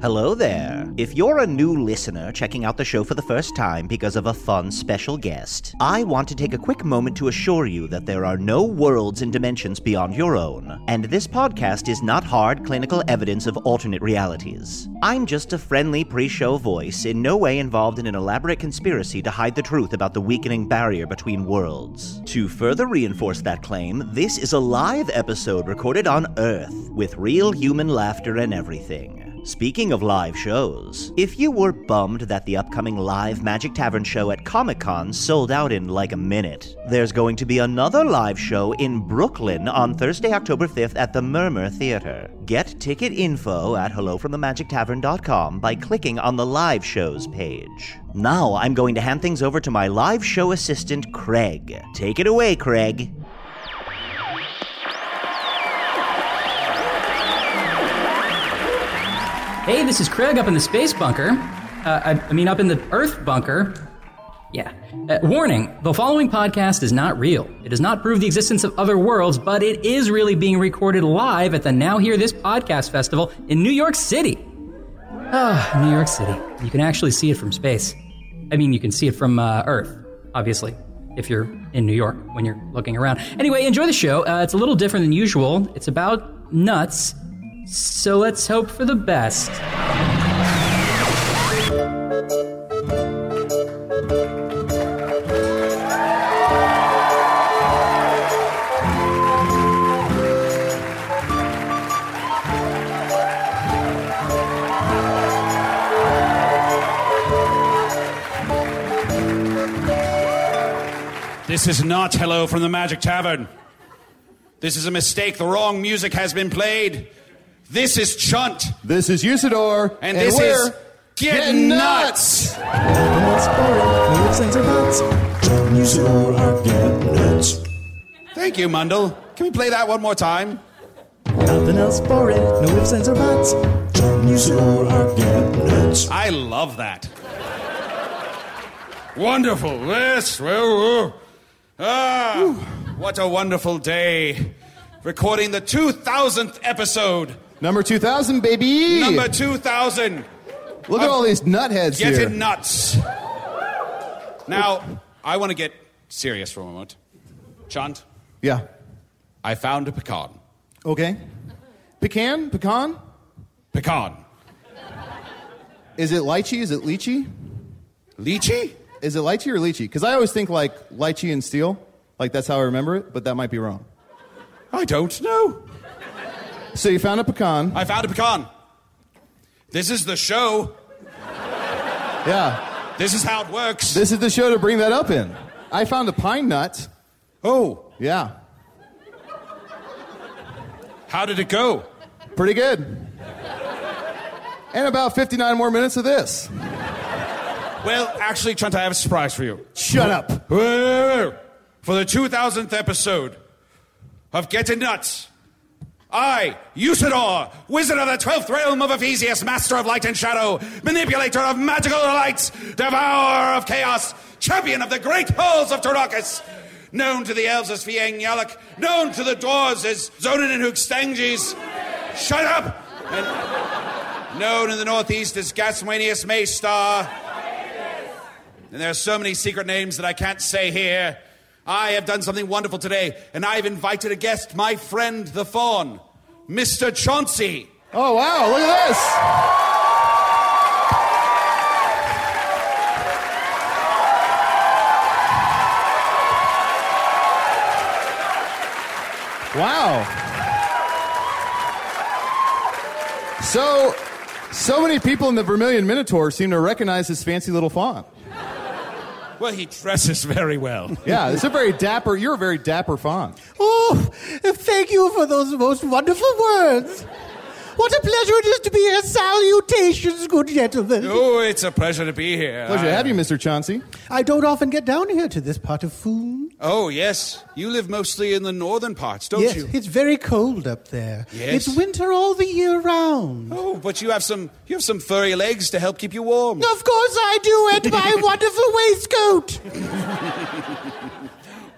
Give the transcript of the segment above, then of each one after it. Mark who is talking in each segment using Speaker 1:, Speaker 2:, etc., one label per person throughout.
Speaker 1: Hello there. If you're a new listener checking out the show for the first time because of a fun special guest, I want to take a quick moment to assure you that there are no worlds and dimensions beyond your own, and this podcast is not hard clinical evidence of alternate realities. I'm just a friendly pre show voice, in no way involved in an elaborate conspiracy to hide the truth about the weakening barrier between worlds. To further reinforce that claim, this is a live episode recorded on Earth, with real human laughter and everything. Speaking of live shows, if you were bummed that the upcoming live Magic Tavern show at Comic Con sold out in like a minute, there's going to be another live show in Brooklyn on Thursday, October 5th at the Murmur Theater. Get ticket info at hellofromthemagictavern.com by clicking on the live shows page. Now I'm going to hand things over to my live show assistant, Craig. Take it away, Craig.
Speaker 2: Hey, this is Craig up in the space bunker. Uh, I, I mean, up in the Earth bunker. Yeah. Uh, warning the following podcast is not real. It does not prove the existence of other worlds, but it is really being recorded live at the Now Hear This Podcast Festival in New York City. Ah, New York City. You can actually see it from space. I mean, you can see it from uh, Earth, obviously, if you're in New York when you're looking around. Anyway, enjoy the show. Uh, it's a little different than usual, it's about nuts. So let's hope for the best.
Speaker 3: This is not Hello from the Magic Tavern. This is a mistake. The wrong music has been played. This is Chunt.
Speaker 4: This is Usador.
Speaker 3: And, this is Get, Nuts. Thank you, Mundell. Can we play that one more time?
Speaker 5: Nothing else boring, no ifs, ands, or buts. Chunt News or Get Nuts.
Speaker 3: I love that. Wonderful. Yes. Well, uh, ah, what a wonderful day. Recording the 2000th episode.
Speaker 4: Number 2000, baby.
Speaker 3: Number 2000.
Speaker 4: Look at all these nutheads
Speaker 3: Get
Speaker 4: here.
Speaker 3: it nuts. Now, I want to get serious for a moment. Chunt,
Speaker 4: yeah.
Speaker 3: I found a pecan.
Speaker 4: Okay. Pecan? Pecan?
Speaker 3: Pecan.
Speaker 4: Is it lychee? Is it lychee?
Speaker 3: Lychee?
Speaker 4: Is it lychee or lychee? Because I always think like lychee and steel. Like that's how I remember it, but that might be wrong.
Speaker 3: I don't know.
Speaker 4: So you found a pecan.
Speaker 3: I found a pecan. This is the show.
Speaker 4: Yeah.
Speaker 3: This is how it works.
Speaker 4: This is the show to bring that up in. I found a pine nut.
Speaker 3: Oh,
Speaker 4: Yeah.
Speaker 3: how did it go?
Speaker 4: Pretty good. And about 59 more minutes of this.
Speaker 3: Well, actually, Chunt, I have a surprise for you.
Speaker 4: Shut up.
Speaker 3: For the 2000th episode of Getting Nuts, I, Usador, wizard of the twelfth realm of Ephesius, master of light and shadow, manipulator of magical delights, devourer of chaos, champion of the great halls of Tarakas, known to the elves as Fiang Yalak, known to the dwarves as Zonin and Hookstanges. Shut up! And known in the northeast as Gaswanius Maystar. And there are so many secret names that I can't say here. I have done something wonderful today, and I've invited a guest, my friend the Fawn, Mr. Chauncey.
Speaker 4: Oh wow! Look at this. Wow. So, so many people in the Vermilion Minotaur seem to recognize this fancy little font.
Speaker 3: Well, he dresses very well.
Speaker 4: Yeah, it's a very dapper. You're a very dapper font.
Speaker 5: Oh, thank you for those most wonderful words. What a pleasure it is to be here. Salutations, good gentlemen.
Speaker 3: oh, it's a pleasure to be here.
Speaker 4: Pleasure to have you, Mr. Chauncey.
Speaker 5: I don't often get down here to this part of Foon.
Speaker 3: Oh, yes. You live mostly in the northern parts, don't
Speaker 5: Yes,
Speaker 3: you?
Speaker 5: it's very cold up there.
Speaker 3: Yes.
Speaker 5: It's winter all the year round.
Speaker 3: Oh, but you have some you have some furry legs to help keep you warm.
Speaker 5: Of course I do, and my wonderful waistcoat.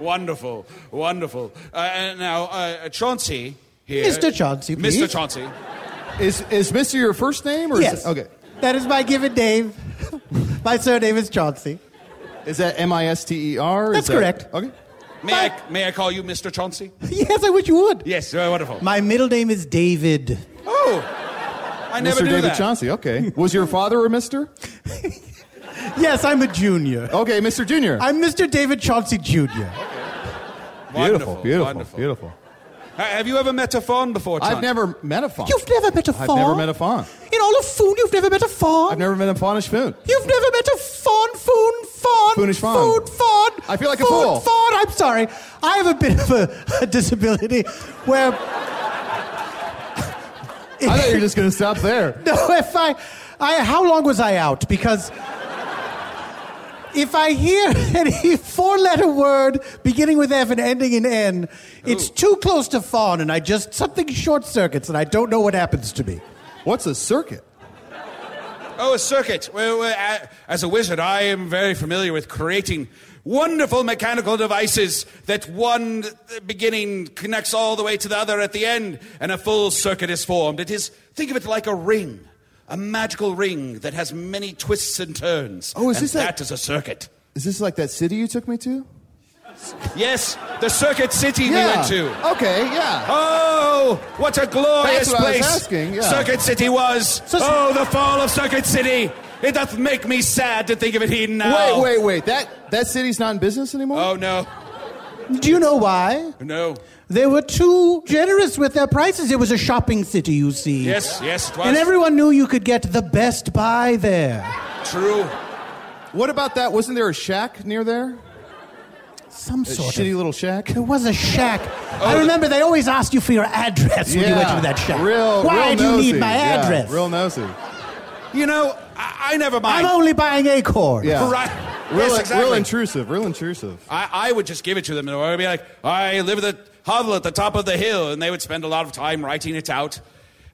Speaker 3: Wonderful, wonderful. Uh, and now, uh, Chauncey here.
Speaker 5: Mr. Chauncey, please.
Speaker 3: Mr. Chauncey.
Speaker 4: Is is Mister your first name or
Speaker 5: Yes.
Speaker 4: Is, okay?
Speaker 5: That is my given name. my surname is Chauncey.
Speaker 4: Is that M I S T E R?
Speaker 5: That's correct.
Speaker 4: Okay.
Speaker 3: May I, may I call you Mr. Chauncey?
Speaker 5: Yes, I wish you would.
Speaker 3: Yes, very wonderful.
Speaker 5: My middle name is David.
Speaker 3: oh, I never
Speaker 4: Mr.
Speaker 3: knew
Speaker 4: David
Speaker 3: that.
Speaker 4: Chauncey. Okay. Was your father a Mister?
Speaker 5: Yes, I'm a junior.
Speaker 4: Okay, Mister Junior.
Speaker 5: I'm Mr. David Chauncey Jr.
Speaker 3: Wonderful,
Speaker 4: beautiful,
Speaker 3: wonderful.
Speaker 4: beautiful.
Speaker 3: Uh, have you ever met a fawn before, Chauncey?
Speaker 4: I've never met a font.
Speaker 5: You've never met a
Speaker 4: I've
Speaker 5: fawn?
Speaker 4: never met a fawn.
Speaker 5: In all of Foon, you've never met a fawn?
Speaker 4: I've never met a faunish foon.
Speaker 5: You've never met a fawn, fawn, fawn,
Speaker 4: Foonish fawn.
Speaker 5: fawn, fawn.
Speaker 4: I feel like a
Speaker 5: fawn,
Speaker 4: fool.
Speaker 5: Fawn. I'm sorry. I have a bit of a, a disability where
Speaker 4: I thought you were just going to stop there.
Speaker 5: no, if I, I, how long was I out? Because if I hear any four-letter word beginning with F and ending in N, it's too close to fawn, and I just something short circuits, and I don't know what happens to me.
Speaker 4: What's a circuit?
Speaker 3: Oh, a circuit. Well, well, a- as a wizard, I am very familiar with creating wonderful mechanical devices that one beginning connects all the way to the other at the end, and a full circuit is formed. It is, think of it like a ring, a magical ring that has many twists and turns.
Speaker 4: Oh, is
Speaker 3: and
Speaker 4: this that-
Speaker 3: that is a circuit.
Speaker 4: Is this like that city you took me to?
Speaker 3: Yes, the circuit city we went to.
Speaker 4: Okay, yeah.
Speaker 3: Oh, what a glorious
Speaker 4: That's what I was
Speaker 3: place
Speaker 4: asking, yeah.
Speaker 3: Circuit City was.
Speaker 5: So-
Speaker 3: oh, the fall of Circuit City. It doth make me sad to think of it here now.
Speaker 4: Wait, wait, wait. That that city's not in business anymore?
Speaker 3: Oh, no.
Speaker 5: Do you know why?
Speaker 3: No.
Speaker 5: They were too generous with their prices. It was a shopping city, you see.
Speaker 3: Yes, yes, it was.
Speaker 5: And everyone knew you could get the best buy there.
Speaker 3: True.
Speaker 4: What about that? Wasn't there a shack near there?
Speaker 5: Some
Speaker 4: A
Speaker 5: sort
Speaker 4: shitty
Speaker 5: of.
Speaker 4: little shack?
Speaker 5: There was a shack.
Speaker 3: Oh,
Speaker 5: I remember they always asked you for your address when you went to that shack.
Speaker 4: Real,
Speaker 5: Why
Speaker 4: real
Speaker 5: do you
Speaker 4: nosy.
Speaker 5: need my
Speaker 4: Yeah,
Speaker 5: address?
Speaker 4: real nosy.
Speaker 3: You know, I, I never
Speaker 5: I'm
Speaker 3: mind.
Speaker 5: only buying acorns.
Speaker 4: Yeah.
Speaker 3: Right.
Speaker 4: Real,
Speaker 3: yes, exactly.
Speaker 4: real intrusive, real intrusive.
Speaker 3: I, I would just give it to them. and I would be like, I live at the hovel at the top of the hill, and they would spend a lot of time writing it out.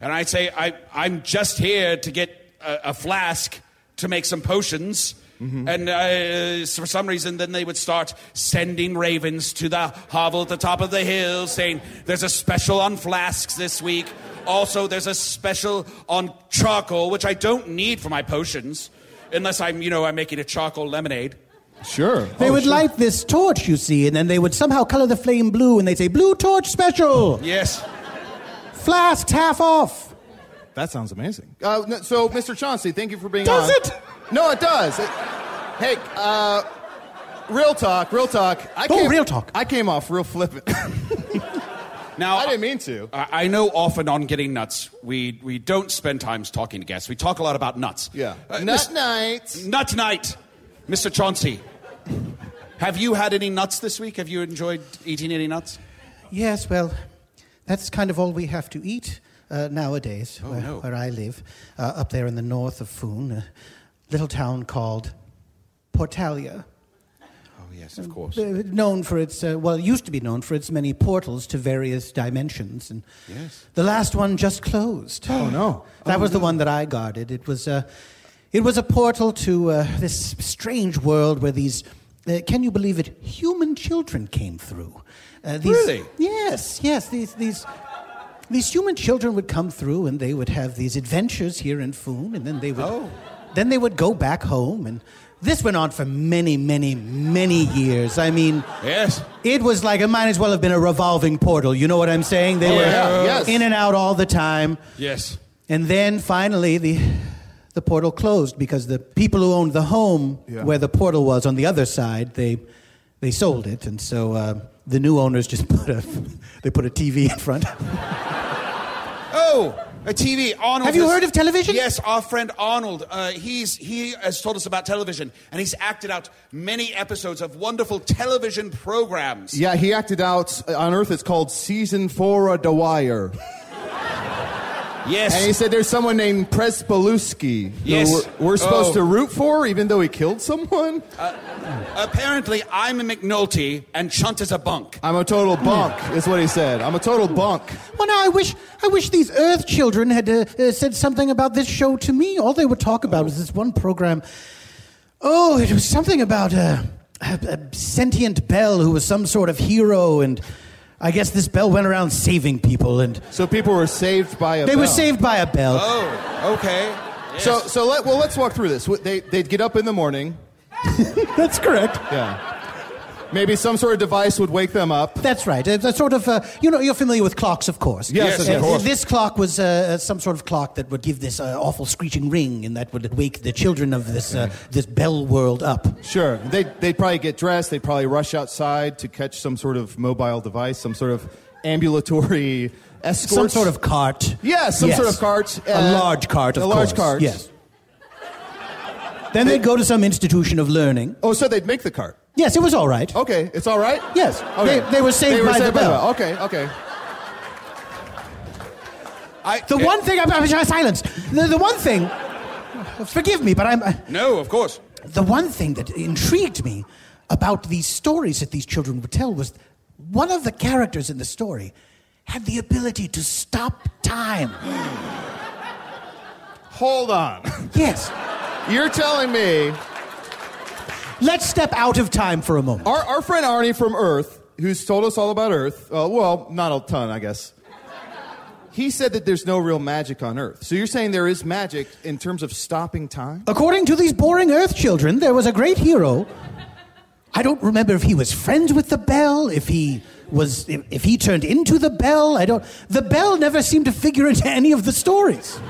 Speaker 3: And I'd say, I, I'm just here to get a, a flask to make some potions. And uh, for some reason, then they would start sending ravens to the hovel at the top of the hill saying, There's a special on flasks this week. Also, there's a special on charcoal, which I don't need for my potions, unless I'm, you know, I'm making a charcoal lemonade.
Speaker 4: Sure.
Speaker 5: They
Speaker 4: Oh,
Speaker 5: would
Speaker 4: sure.
Speaker 5: light this torch, you see, and then they would somehow color the flame blue, and they'd say, Blue Torch Special!
Speaker 3: Yes.
Speaker 5: Flasks half off!
Speaker 4: That sounds amazing. Uh, no, so, Mr. Chauncey, thank you for being
Speaker 5: Does
Speaker 4: on.
Speaker 5: it?
Speaker 4: No, it does. It- hey, uh, real talk, real talk. I
Speaker 5: Oh,
Speaker 4: came,
Speaker 5: real talk.
Speaker 4: I came off real flippant.
Speaker 3: Now,
Speaker 4: I didn't mean to.
Speaker 3: I I know off and on getting nuts, we, we don't spend time talking to guests. We talk a lot about nuts.
Speaker 4: Yeah.
Speaker 3: Uh,
Speaker 4: Nut
Speaker 3: Miss-
Speaker 4: night.
Speaker 3: Nut night. Mr. Chauncey, have you had any nuts this week? Have you enjoyed eating any nuts?
Speaker 5: Yes, well, that's kind of all we have to eat uh, nowadays where,
Speaker 3: Oh, no.
Speaker 5: where I live, uh, up there in the north of Foon, a little town called Portalia.
Speaker 3: Oh, yes, of course.
Speaker 5: Uh, known for its, uh, well, it used to be known for its many portals to various dimensions. And
Speaker 3: Yes.
Speaker 5: the last one just closed.
Speaker 4: Oh, no.
Speaker 5: That
Speaker 4: Oh,
Speaker 5: was the
Speaker 4: no.
Speaker 5: one that I guarded. It was, uh, it was a portal to uh, this strange world where these, uh, can you believe it, human children came through. Uh, these,
Speaker 3: Really?
Speaker 5: Yes, yes, these, these, these human children would come through and they would have these adventures here in Foon, and then they would,
Speaker 4: Oh.
Speaker 5: then they would go back home, and this went on for many, many, many years. I mean,
Speaker 3: Yes.
Speaker 5: it was like it might as well have been a revolving portal. You know what I'm saying? They were
Speaker 4: yeah, yes.
Speaker 5: in and out all the time,
Speaker 3: Yes.
Speaker 5: and then finally the. The portal closed because the people who owned the home
Speaker 4: Yeah.
Speaker 5: where the portal was on the other side, they, they sold it, and so uh, the new owners just put a, they put a TV in front.
Speaker 3: Oh, a TV. Arnold.
Speaker 5: Have you
Speaker 3: has-
Speaker 5: heard of television?
Speaker 3: Yes, our friend Arnold. Uh, he's he has told us about television, and he's acted out many episodes of wonderful television programs.
Speaker 4: Yeah, he acted out on Earth. It's called Season Four of The Wire,
Speaker 3: Yes.
Speaker 4: and he said there's someone named Prespaluski who
Speaker 3: Yes.
Speaker 4: we're, we're supposed
Speaker 3: Oh.
Speaker 4: to root for, even though he killed someone.
Speaker 3: Uh, Apparently, I'm a McNulty, and Chunt is a bunk.
Speaker 4: I'm a total
Speaker 3: Hmm.
Speaker 4: bunk, is what he said. I'm a total bunk.
Speaker 5: Well, now I wish I wish these Earth children had uh, uh, said something about this show to me. All they would talk about was this one program. Oh, it was something about uh, a, a sentient bell who was some sort of hero, and I guess this bell went around saving people, and
Speaker 4: So people were saved by a.
Speaker 5: they were
Speaker 4: bell.
Speaker 5: saved by a bell.
Speaker 3: Oh, okay.
Speaker 4: So so let well let's walk through this. What- They they'd get up in the morning.
Speaker 5: That's correct.
Speaker 4: Yeah. Maybe some sort of device would wake them up.
Speaker 5: That's right. A, a sort of, uh, you know, you're familiar with clocks, of course.
Speaker 4: Yes, Yes, of
Speaker 5: Uh,
Speaker 4: course.
Speaker 5: This clock was uh, uh, some sort of clock that would give this uh, awful screeching ring, and that would wake the children of this uh, this bell world up.
Speaker 4: Sure. They'd, they'd probably get dressed. They'd probably rush outside to catch some sort of mobile device, some sort of ambulatory escort.
Speaker 5: Some sort of cart.
Speaker 4: Yeah, some sort of cart,
Speaker 5: a
Speaker 4: uh,
Speaker 5: large cart, of
Speaker 4: a large
Speaker 5: course.
Speaker 4: cart.
Speaker 5: Yes. Then they'd go to some institution of learning.
Speaker 4: Oh, so they'd make the cart.
Speaker 5: Yes, it was all right.
Speaker 4: Okay. It's all right?
Speaker 5: Yes.
Speaker 4: Okay.
Speaker 5: They, they were saved
Speaker 4: They were
Speaker 5: by the
Speaker 4: saved
Speaker 5: bell.
Speaker 4: Okay, okay.
Speaker 3: I,
Speaker 5: The
Speaker 3: eh,
Speaker 5: one thing I'm, I'm silence. The, the one thing. Forgive me, but I'm. uh,
Speaker 3: No, of course.
Speaker 5: The one thing that intrigued me about these stories that these children would tell was one of the characters in the story had the ability to stop time.
Speaker 4: Hold on.
Speaker 5: Yes.
Speaker 4: You're telling me
Speaker 5: Let's step out of time for a moment.
Speaker 4: our, our friend Arnie from Earth, who's told us all about Earth, uh, well, not a ton, I guess. He said that there's no real magic on Earth. So you're saying there is magic in terms of stopping time?
Speaker 5: According to these boring Earth children, there was a great hero. I don't remember if he was friends with the bell, if he was, if, if he turned into the bell. I don't. The bell never seemed to figure into any of the stories.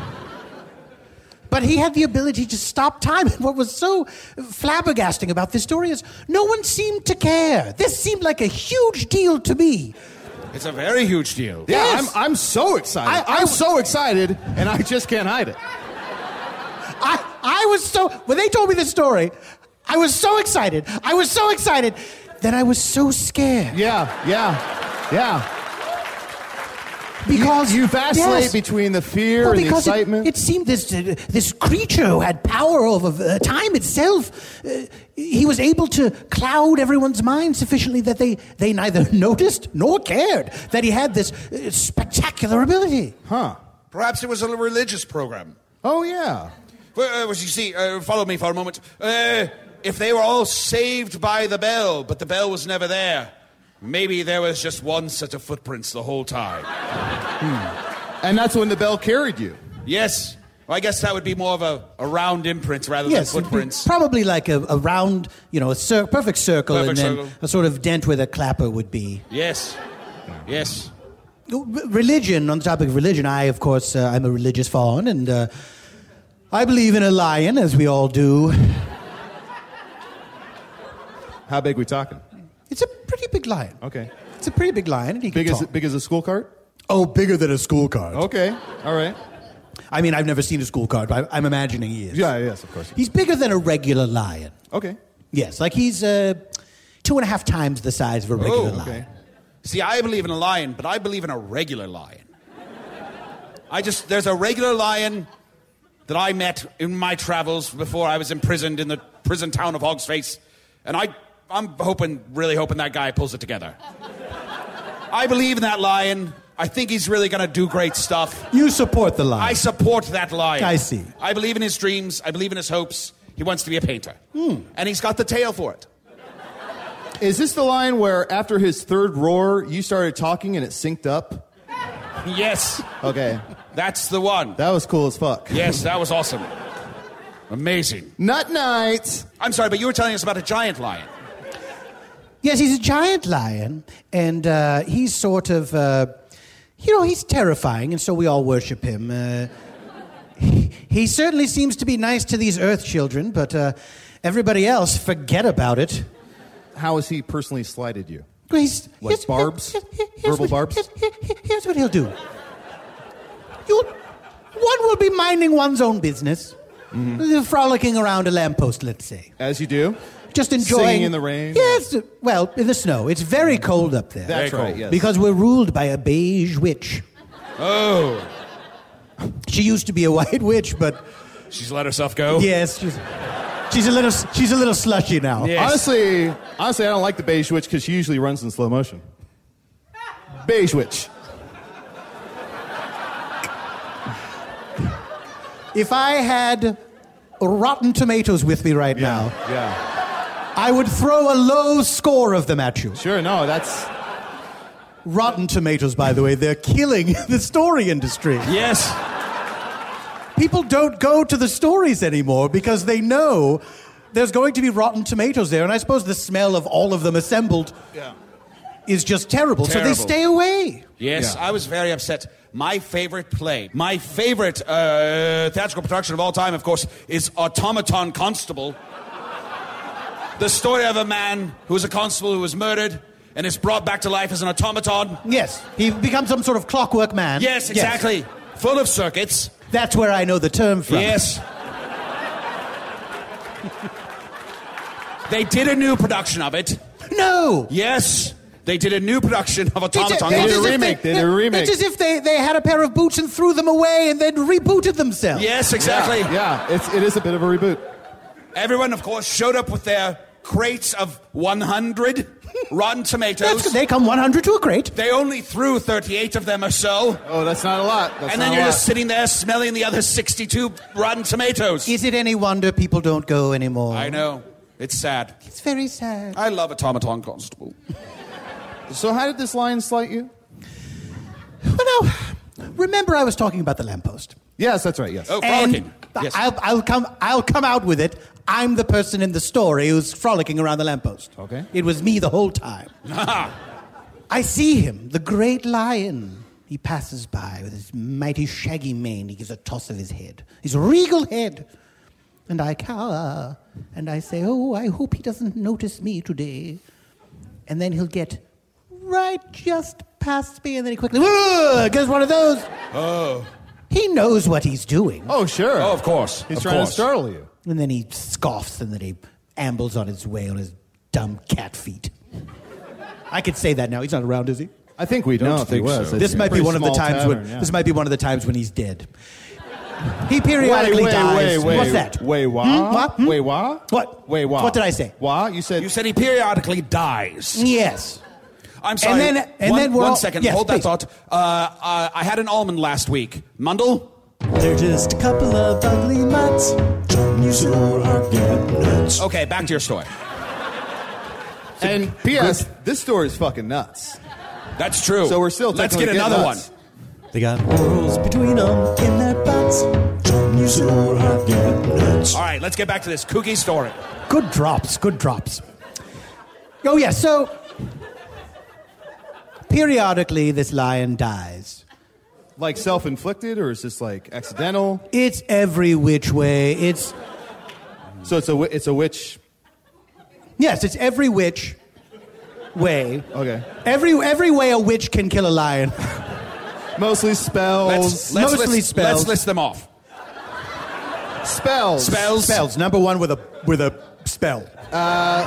Speaker 5: But he had the ability to stop time. And what was so flabbergasting about this story is no one seemed to care. This seemed like a huge deal to me.
Speaker 3: It's a very huge deal.
Speaker 4: Yeah,
Speaker 5: Yes.
Speaker 4: I'm, I'm so excited.
Speaker 5: I- I
Speaker 4: I'm
Speaker 5: w-
Speaker 4: so excited, and I just can't hide it.
Speaker 5: I, I was so, when they told me this story, I was so excited. I was so excited. Then I was so scared.
Speaker 4: Yeah, yeah, yeah.
Speaker 5: Because
Speaker 4: You vacillate between the fear
Speaker 5: Well,
Speaker 4: and the
Speaker 5: because it-
Speaker 4: excitement.
Speaker 5: It, seemed this uh, this creature who had power over uh, time itself. Uh, he was able to cloud everyone's mind sufficiently that they they neither noticed nor cared that he had this uh, spectacular ability.
Speaker 4: huh.
Speaker 3: Perhaps it was a religious program.
Speaker 4: Oh, yeah.
Speaker 3: Well, uh, well, you see, uh, follow me for a moment. Uh, if they were all saved by the bell, but the bell was never there, maybe there was just one set of footprints the whole time.
Speaker 4: Hmm. And that's when the bell carried you.
Speaker 3: Yes. Well, I guess that would be more of a, a round imprint rather
Speaker 5: Yes,
Speaker 3: than footprints.
Speaker 5: probably like a, a round, you know, a cir- perfect circle,
Speaker 3: Perfect
Speaker 5: and then
Speaker 3: circle.
Speaker 5: a sort of dent where the clapper would be.
Speaker 3: yes. Yes.
Speaker 5: R- religion on the topic of religion i of course uh, i'm a religious fawn and uh, i believe in a lion as we all do
Speaker 4: How big we talking?
Speaker 5: it's a pretty big lion
Speaker 4: Okay.
Speaker 5: it's a pretty big lion and he
Speaker 4: Big
Speaker 5: can
Speaker 4: as,
Speaker 5: talk.
Speaker 4: big as a school cart?
Speaker 5: oh bigger than a school card
Speaker 4: Okay. All right.
Speaker 5: i mean i've never seen a school card but I, i'm imagining he is
Speaker 4: Yeah, yes, of course.
Speaker 5: he's bigger than a regular lion
Speaker 4: Okay.
Speaker 5: yes like he's uh, two and a half times the size of a regular
Speaker 3: Oh,
Speaker 5: lion
Speaker 4: Okay.
Speaker 3: See, I believe in a lion, but I believe in a regular lion. I just, there's a regular lion that I met in my travels before I was imprisoned in the prison town of Hogsface, and I I'm hoping, really hoping that guy pulls it together. I believe in that lion. I think he's really going to do great stuff.
Speaker 5: You support the line.
Speaker 3: I support that lion.
Speaker 5: I see.
Speaker 3: I believe in his dreams. I believe in his hopes. He wants to be a painter.
Speaker 5: Hmm.
Speaker 3: And he's got the tail for it.
Speaker 4: Is this the line where after his third roar, you started talking and it synced up?
Speaker 3: Yes,
Speaker 4: Okay.
Speaker 3: that's the one.
Speaker 4: That was cool as fuck.
Speaker 3: Yes, that was awesome. Amazing.
Speaker 4: Nut night.
Speaker 3: I'm sorry, but you were telling us about a giant lion.
Speaker 5: Yes, he's a giant lion, and uh, he's sort of, uh, you know, he's terrifying, and so we all worship him. Uh, he, he certainly seems to be nice to these Earth children, but uh, everybody else, forget about it.
Speaker 4: How has he personally slighted you?
Speaker 5: Well, He's,
Speaker 4: What, barbs?
Speaker 5: here's
Speaker 4: Verbal
Speaker 5: what-
Speaker 4: barbs?
Speaker 5: here- here- here- here's what he'll do. You'll, one will be minding one's own business, frolicking around a lamppost, let's say.
Speaker 4: Mm-hmm. As you do.
Speaker 5: Just enjoying.
Speaker 4: in the rain.
Speaker 5: Yes. Well, in the snow. It's very cold up there.
Speaker 4: That's right. Yes.
Speaker 5: Because we're ruled by a beige witch.
Speaker 3: Oh,
Speaker 5: She used to be a white witch, but
Speaker 3: she's let herself go.
Speaker 4: Oh.
Speaker 5: yes, she's, she's a little she's a little slushy now.
Speaker 3: Yeah. Yes.
Speaker 4: honestly, honestly, I don't like the beige witch because she usually runs in slow motion. Beige witch.
Speaker 5: If I had rotten tomatoes with me right now,
Speaker 4: Yeah.
Speaker 5: I would throw a low score of them at you.
Speaker 4: Sure. No, that's
Speaker 5: Rotten tomatoes, by the way, they're killing the story industry.
Speaker 3: Yes.
Speaker 5: People don't go to the stories anymore because they know there's going to be rotten tomatoes there, and I suppose the smell of all of them assembled is just terrible, so they
Speaker 3: Terrible.
Speaker 5: stay away.
Speaker 3: Yes,
Speaker 4: Yeah.
Speaker 3: I was very upset. My favorite play, my favorite uh, theatrical production of all time, of course, is Automaton Constable. the story of a man who was a constable who was murdered and is brought back to life as an automaton.
Speaker 5: Yes, he becomes some sort of clockwork man.
Speaker 3: Yes, exactly. Full of circuits.
Speaker 5: That's where I know the term from.
Speaker 3: Yes. they did a new production of it.
Speaker 5: No.
Speaker 3: Yes, they did a new production of Automaton.
Speaker 4: They did a
Speaker 3: Constable.
Speaker 4: remake, they did a remake.
Speaker 5: It's as if they, they had a pair of boots and threw them away and then rebooted themselves.
Speaker 3: Yes, exactly.
Speaker 4: yeah. It's it is a bit of a reboot.
Speaker 3: Everyone, of course, showed up with their crates of 100 Rotten Tomatoes.
Speaker 5: That's good. They come 100 to a crate.
Speaker 3: They only threw 38 of them or so.
Speaker 4: Oh, that's not a lot. That's
Speaker 3: and
Speaker 4: not
Speaker 3: then
Speaker 4: a
Speaker 3: you're
Speaker 4: lot.
Speaker 3: just sitting there smelling the other 62 Rotten Tomatoes.
Speaker 5: Is it any wonder people don't go anymore?
Speaker 3: I know. It's sad.
Speaker 5: It's very sad.
Speaker 3: I love Automaton Constable.
Speaker 4: So how did this lion slight you?
Speaker 5: Well, now, remember I was talking about the lamppost.
Speaker 4: Yes, that's right. Yes.
Speaker 3: Oh,
Speaker 5: And
Speaker 3: frolicking. Yes.
Speaker 5: I'll, I'll, come, I'll come out with it. I'm the person in the story who's frolicking around the lamppost.
Speaker 4: Okay.
Speaker 5: It was me the whole time. I see him, the great lion. He passes by with his mighty shaggy mane. He gives a toss of his head, his regal head. And I cower and I say, Oh, I hope he doesn't notice me today. And then he'll get right just past me and then he quickly "Whoa," gets one of those. Oh. He knows what he's doing.
Speaker 4: Oh, sure.
Speaker 3: Oh, of course.
Speaker 4: He's
Speaker 3: Of
Speaker 4: trying
Speaker 3: course.
Speaker 4: to startle you.
Speaker 5: And then he scoffs and then he ambles on his way on his dumb cat feet. I could say that now. He's not around, is he?
Speaker 4: I think we don't.
Speaker 6: Don't think so.
Speaker 5: This might be one of the times when this might be one of the times when he's dead. He periodically
Speaker 4: wait, wait,
Speaker 5: dies.
Speaker 4: Wait, wait,
Speaker 5: What's that?
Speaker 4: Wait, wah?
Speaker 5: Hmm? What? Hmm?
Speaker 4: Wait, wah?
Speaker 5: What?
Speaker 4: Wait, wah?
Speaker 5: What did I say?
Speaker 4: Wah? You said.
Speaker 3: You said he periodically dies.
Speaker 5: Yes.
Speaker 3: I'm sorry.
Speaker 5: And then- and
Speaker 3: one,
Speaker 5: then we're
Speaker 3: one
Speaker 5: all-
Speaker 3: second.
Speaker 5: Yes,
Speaker 3: Hold
Speaker 5: please.
Speaker 3: that thought. Uh, uh, I had an almond last week. Mundle?
Speaker 6: They're just a couple of ugly mutts. Don't you sure are get nuts.
Speaker 3: Okay, back to your story.
Speaker 4: and P.S. This story is fucking nuts.
Speaker 3: That's true.
Speaker 4: So we're still
Speaker 3: Let's get
Speaker 4: technically
Speaker 3: another
Speaker 4: getting
Speaker 3: one.
Speaker 4: nuts.
Speaker 6: They got whorls between them in their butts. Don't you sure are get nuts.
Speaker 3: All right, let's get back to this kooky story.
Speaker 5: Good drops. Good drops. Oh yeah. So periodically, this lion dies.
Speaker 4: Like self inflicted, or is this like accidental?
Speaker 5: It's every which way. It's
Speaker 4: So it's a wi- it's a witch.
Speaker 5: yes. It's every which way.
Speaker 4: Okay.
Speaker 5: Every every way a witch can kill a lion.
Speaker 4: Mostly spells.
Speaker 3: Let's, let's
Speaker 5: Oh, mostly
Speaker 3: list,
Speaker 5: spells.
Speaker 3: Let's list them off.
Speaker 4: spells.
Speaker 3: Spells.
Speaker 5: Spells. Number one with a with a spell.
Speaker 4: Uh,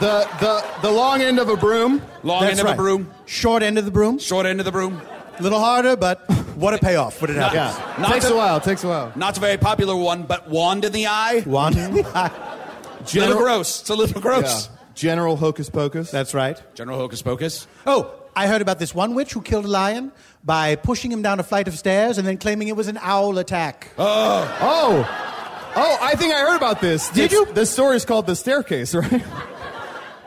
Speaker 4: The the the long end of a broom.
Speaker 3: Long
Speaker 5: That's
Speaker 3: end of
Speaker 5: right.
Speaker 3: a broom.
Speaker 5: Short end of the broom.
Speaker 3: Short end of the broom.
Speaker 5: A little harder, but what a payoff. What it happens.
Speaker 4: Yeah.
Speaker 3: Not
Speaker 4: takes
Speaker 3: the-
Speaker 4: a while. Takes a while.
Speaker 3: Not a very popular one, but wand in the eye.
Speaker 5: One.
Speaker 3: little gross. It's a little gross.
Speaker 4: Yeah. General Hocus Pocus.
Speaker 5: That's right.
Speaker 3: General Hocus Pocus.
Speaker 5: Oh, I heard about this one witch who killed a lion by pushing him down a flight of stairs and then claiming it was an owl attack.
Speaker 3: Uh,
Speaker 4: Oh, oh! I think I heard about this.
Speaker 5: Did
Speaker 4: It's-
Speaker 5: you?
Speaker 4: This story is called "The Staircase," right?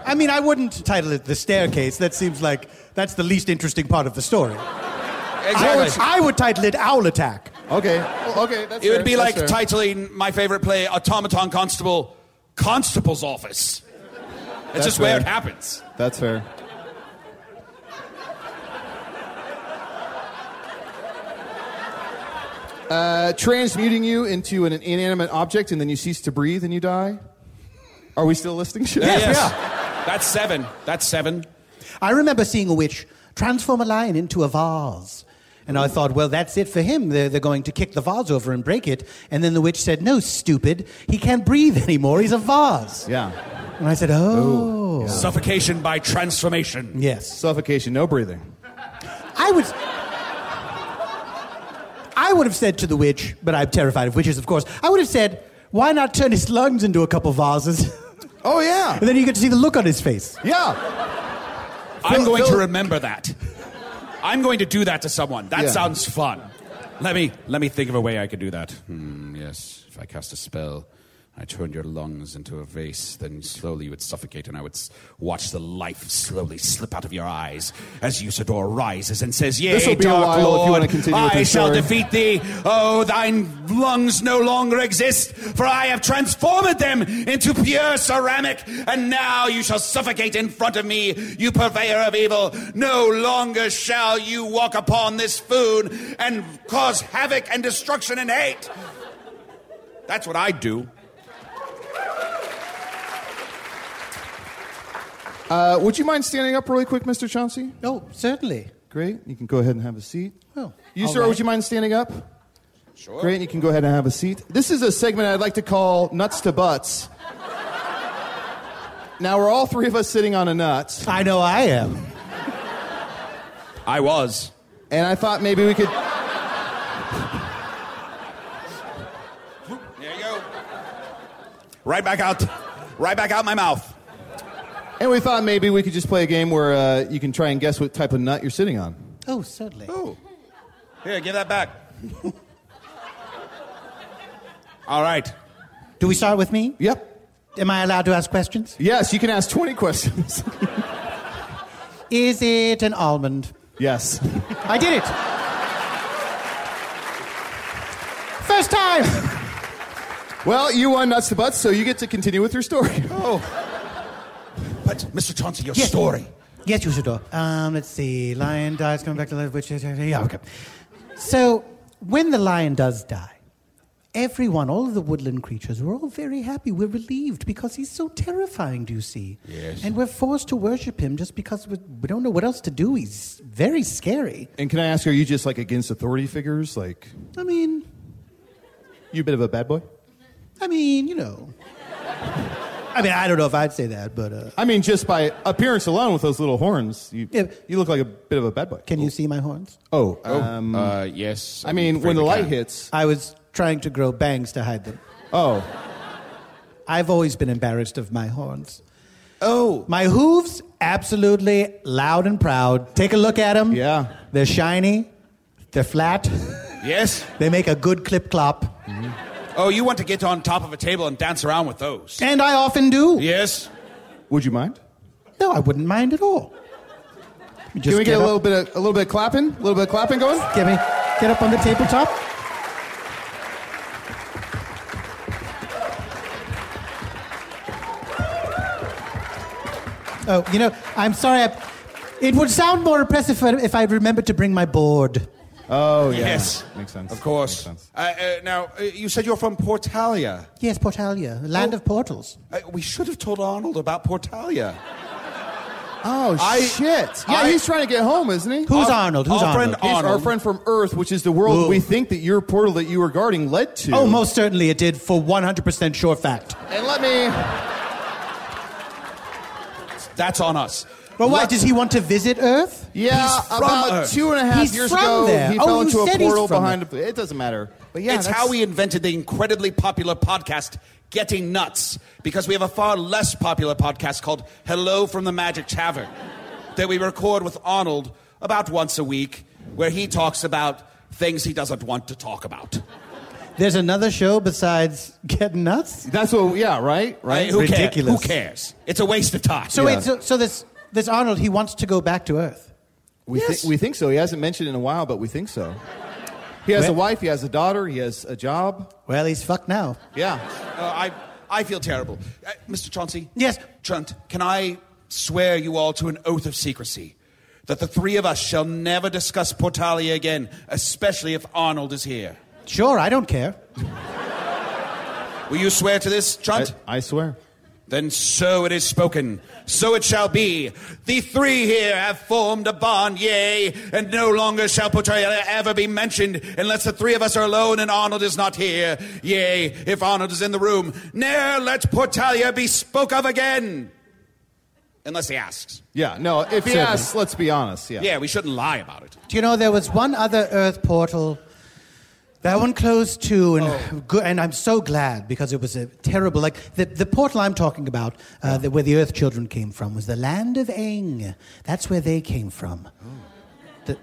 Speaker 5: I mean, I wouldn't title it The Staircase. That seems like that's the least interesting part of the story.
Speaker 3: Exactly.
Speaker 5: I, would, I would title it Owl Attack.
Speaker 4: Okay, Well, okay. That's
Speaker 3: it
Speaker 4: fair.
Speaker 3: would be
Speaker 4: That's
Speaker 3: like
Speaker 4: fair.
Speaker 3: titling my favorite play Automaton Constable Constable's Office. That's just where
Speaker 4: fair.
Speaker 3: it happens.
Speaker 4: That's fair. Uh, transmuting you into an inanimate object, and then you cease to breathe and you die. Are we still listening?
Speaker 3: yeah. That's seven. That's seven.
Speaker 5: I remember seeing a witch transform a lion into a vase. And I thought, well, that's it for him. They're, they're going to kick the vase over and break it. And then the witch said, no, stupid. He can't breathe anymore. He's a vase.
Speaker 4: Yeah.
Speaker 5: And I said, oh.
Speaker 3: Suffocation by transformation.
Speaker 5: Yes.
Speaker 4: Suffocation, no breathing.
Speaker 5: I would. I would have said to the witch, but I'm terrified of witches, of course. I would have said, why not turn his lungs into a couple vases?
Speaker 4: Oh yeah,
Speaker 5: and then you get to see the look on his face.
Speaker 4: yeah.
Speaker 3: I'm
Speaker 4: Phil-
Speaker 3: going to
Speaker 4: Phil-
Speaker 3: remember that. I'm going to do that to someone. That
Speaker 4: Yeah.
Speaker 3: sounds fun. Let me let me think of a way I could do that. Hmm, yes, if I cast a spell, I turned your lungs into a vase, then slowly you would suffocate, and I would s- watch the life slowly slip out of your eyes as Usador rises and says, "Yea,
Speaker 4: This'll be a
Speaker 3: dark
Speaker 4: while if you
Speaker 3: lord,
Speaker 4: wanna continue
Speaker 3: I
Speaker 4: with this
Speaker 3: shall
Speaker 4: story."
Speaker 3: defeat thee. Oh, thine lungs no longer exist, for I have transformed them into pure ceramic, and now you shall suffocate in front of me, you purveyor of evil. No longer shall you walk upon this food and cause havoc and destruction and hate. That's what I do.
Speaker 4: Uh, would you mind standing up really quick, Mr. Chauncey?
Speaker 5: Oh, certainly.
Speaker 4: Great. You can go ahead and have a seat.
Speaker 5: Oh,
Speaker 4: you
Speaker 5: all
Speaker 4: sir,
Speaker 5: right.
Speaker 4: would you mind standing up?
Speaker 3: Sure.
Speaker 4: Great. You can go ahead and have a seat. This is a segment I'd like to call "Nuts to Butts." now we're all three of us sitting on a nut,
Speaker 5: I know I am.
Speaker 3: I was.
Speaker 4: and I thought maybe we could.
Speaker 3: There you go. Right back out. Right back out my mouth.
Speaker 4: And we thought maybe we could just play a game where uh, you can try and guess what type of nut you're sitting on.
Speaker 5: Oh, certainly.
Speaker 3: Here, give that back. All right.
Speaker 5: Do we start with me?
Speaker 4: Yep.
Speaker 5: Am I allowed to ask questions?
Speaker 4: Yes, you can ask 20 questions.
Speaker 5: Is it an almond?
Speaker 4: yes.
Speaker 5: I did it. First time.
Speaker 4: Well, you won Nuts to Butts, so you get to continue with your story.
Speaker 5: Oh.
Speaker 3: But, Mr. Chauncey, your
Speaker 5: Yes.
Speaker 3: story.
Speaker 5: Yes, Usador. Um, let's see. Lion dies, coming back to life, which is. Yeah, okay. So, when the lion does die, everyone, all of the woodland creatures, we're all very happy. We're relieved because he's so terrifying, do you see? Yes. And we're forced to worship him just because we, we don't know what else to do. He's very scary.
Speaker 4: And can I ask, are you just like against authority figures? Like,
Speaker 5: I mean,
Speaker 4: you a bit of a bad boy?
Speaker 5: I mean, you know. I mean, I don't know if I'd say that, but uh,
Speaker 4: I mean, just by appearance alone with those little horns, you,
Speaker 5: Yeah.
Speaker 4: you look like a bit of a bad boy.
Speaker 5: can you see my horns?
Speaker 4: Oh, um,
Speaker 7: Uh, yes.
Speaker 4: I mean, when the light hits.
Speaker 5: I was trying to grow bangs to hide them.
Speaker 4: Oh.
Speaker 5: I've always been embarrassed of my horns. Oh. My hooves, absolutely loud and proud. Take a look at them.
Speaker 4: Yeah.
Speaker 5: They're shiny, they're flat,
Speaker 3: Yes?
Speaker 5: they make a good clip clop.
Speaker 3: Oh, you want to get on top of a table and dance around with those?
Speaker 5: And I often do.
Speaker 3: Yes?
Speaker 4: Would you mind?
Speaker 5: No, I wouldn't mind at all. Just
Speaker 4: Can we get, a
Speaker 5: up-
Speaker 4: little bit of a little bit of clapping? A little bit of clapping going?
Speaker 5: Get me, get up on the tabletop. Oh, you know, I'm sorry. I, it would sound more impressive if I- if I remembered to bring my board.
Speaker 4: Oh, yeah.
Speaker 3: Yes.
Speaker 4: Makes sense.
Speaker 3: Of course.
Speaker 4: Makes sense.
Speaker 3: Uh, uh, now, uh, you said you're from Portalia.
Speaker 5: Yes, Portalia,
Speaker 4: Oh.
Speaker 5: land of portals.
Speaker 3: Uh, we should have told Arnold about Portalia.
Speaker 4: Oh
Speaker 3: I-
Speaker 4: shit! Yeah,
Speaker 3: I-
Speaker 4: he's trying to get home, isn't he?
Speaker 5: Who's Arnold? Who's
Speaker 3: our friend
Speaker 5: Arnold?
Speaker 4: He's our
Speaker 3: Arnold.
Speaker 4: friend from Earth, which is the world
Speaker 5: Ooh.
Speaker 4: we think that your portal that you were guarding led to.
Speaker 5: Oh, most certainly it did, for 100% sure fact.
Speaker 4: And let me.
Speaker 3: That's on us.
Speaker 5: But why?
Speaker 3: Let-
Speaker 5: Does he want to visit Earth?
Speaker 4: Yeah,
Speaker 3: He's from
Speaker 4: about
Speaker 3: Earth.
Speaker 4: two and a half
Speaker 5: He's
Speaker 4: years
Speaker 5: from
Speaker 4: ago,
Speaker 5: there.
Speaker 4: he
Speaker 5: Oh,
Speaker 4: fell
Speaker 5: you
Speaker 4: into a
Speaker 5: said he's
Speaker 4: portal
Speaker 5: from
Speaker 4: behind. A, it doesn't matter. But yeah,
Speaker 3: it's
Speaker 4: that's-
Speaker 3: how we invented the incredibly popular podcast getting nuts because we have a far less popular podcast called Hello from the Magic Tavern that we record with Arnold about once a week where he talks about things he doesn't want to talk about.
Speaker 5: There's another show besides Get Nuts.
Speaker 4: That's what. Yeah. Right.
Speaker 3: I
Speaker 4: Right.
Speaker 3: mean, who
Speaker 5: Ridiculous.
Speaker 3: Cares? Who cares? It's a waste of time.
Speaker 5: So
Speaker 4: Yeah.
Speaker 5: wait, so, so this this Arnold he wants to go back to Earth.
Speaker 4: We,
Speaker 3: Yes.
Speaker 4: thi- we think so. He hasn't mentioned it in a while, but we think so. He has a
Speaker 5: Well-
Speaker 4: wife. He has a daughter. He has a job.
Speaker 5: Well, he's fucked now.
Speaker 4: Yeah.
Speaker 3: Uh, I, I feel terrible. Uh, Mr. Chauncey?
Speaker 5: Yes.
Speaker 3: Trent, can I swear you all to an oath of secrecy that the three of us shall never discuss Portalia again, especially if Arnold is here?
Speaker 5: Sure, I don't care.
Speaker 3: Will you swear to this,
Speaker 4: I,
Speaker 3: Trent?
Speaker 4: I swear.
Speaker 3: Then so it is spoken, so it shall be. The three here have formed a bond, yea, and no longer shall Portalia ever be mentioned unless the three of us are alone and Arnold is not here. Yea, if Arnold is in the room, ne'er let Portalia be spoke of again. Unless he asks.
Speaker 4: Yeah. No. If he
Speaker 5: Certainly.
Speaker 4: asks, let's be honest. Yeah.
Speaker 3: Yeah, we shouldn't lie about it.
Speaker 5: Do you know there was one other Earth portal? That one closed too, and good, and I'm so glad because it was a terrible. Like the, the portal I'm talking about, uh, that where the Earth children came from, was the land of Aang. That's where they came from. The-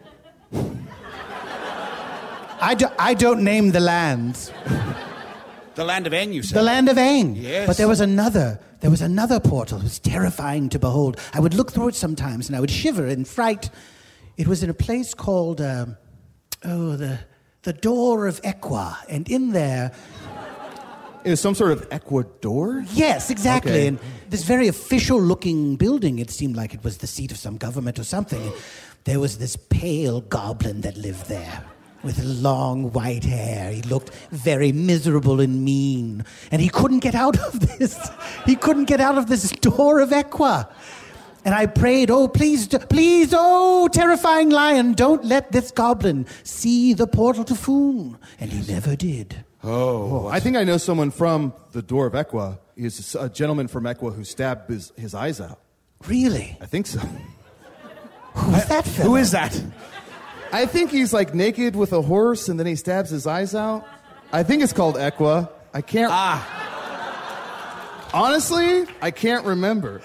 Speaker 5: I, do, I don't name the lands.
Speaker 3: The land of N, you said.
Speaker 5: The land of Aang.
Speaker 3: Yes.
Speaker 5: But there was another. There was another portal. It was terrifying to behold. I would look through it sometimes, and I would shiver in fright. It was in a place called, um, oh, the the door of Equa, and in there,
Speaker 4: It was some sort of Ecuador.
Speaker 5: yes, exactly,
Speaker 4: Okay.
Speaker 5: and this very official-looking building. It seemed like it was the seat of some government or something. And there was this pale goblin that lived there. With long white hair. He looked very miserable and mean. And he couldn't get out of this. He couldn't get out of this door of Equa. And I prayed, oh, please, d- please, oh, terrifying lion, don't let this goblin see the portal to Foon. And he never did. Oh,
Speaker 4: I think I know someone from the door of Equa. He's a gentleman from Equa who stabbed his, his eyes out.
Speaker 5: Really?
Speaker 4: I think so.
Speaker 5: Who's that fellow?
Speaker 3: Who is that?
Speaker 4: I think he's like naked with a horse and then he stabs his eyes out. I think it's called Equa. I can't. Ah. Honestly, I can't remember.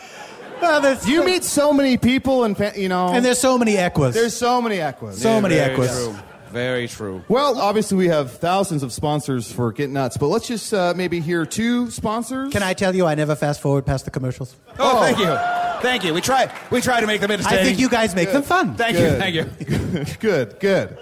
Speaker 4: You meet so many people and, fa- you know.
Speaker 5: And there's so many Equas.
Speaker 4: there's so many Equas.
Speaker 5: so many
Speaker 3: Very
Speaker 5: Equas.
Speaker 3: true. Very true.
Speaker 4: Well, obviously, we have thousands of sponsors for Get Nuts, but let's just uh, maybe hear two sponsors.
Speaker 5: Can I tell you, I never fast forward past the commercials.
Speaker 3: Oh, thank you. Thank you. We try we try to make them entertaining.
Speaker 5: I think you guys make them fun.
Speaker 3: Thank you,
Speaker 4: Good.
Speaker 3: thank you.
Speaker 4: good, good.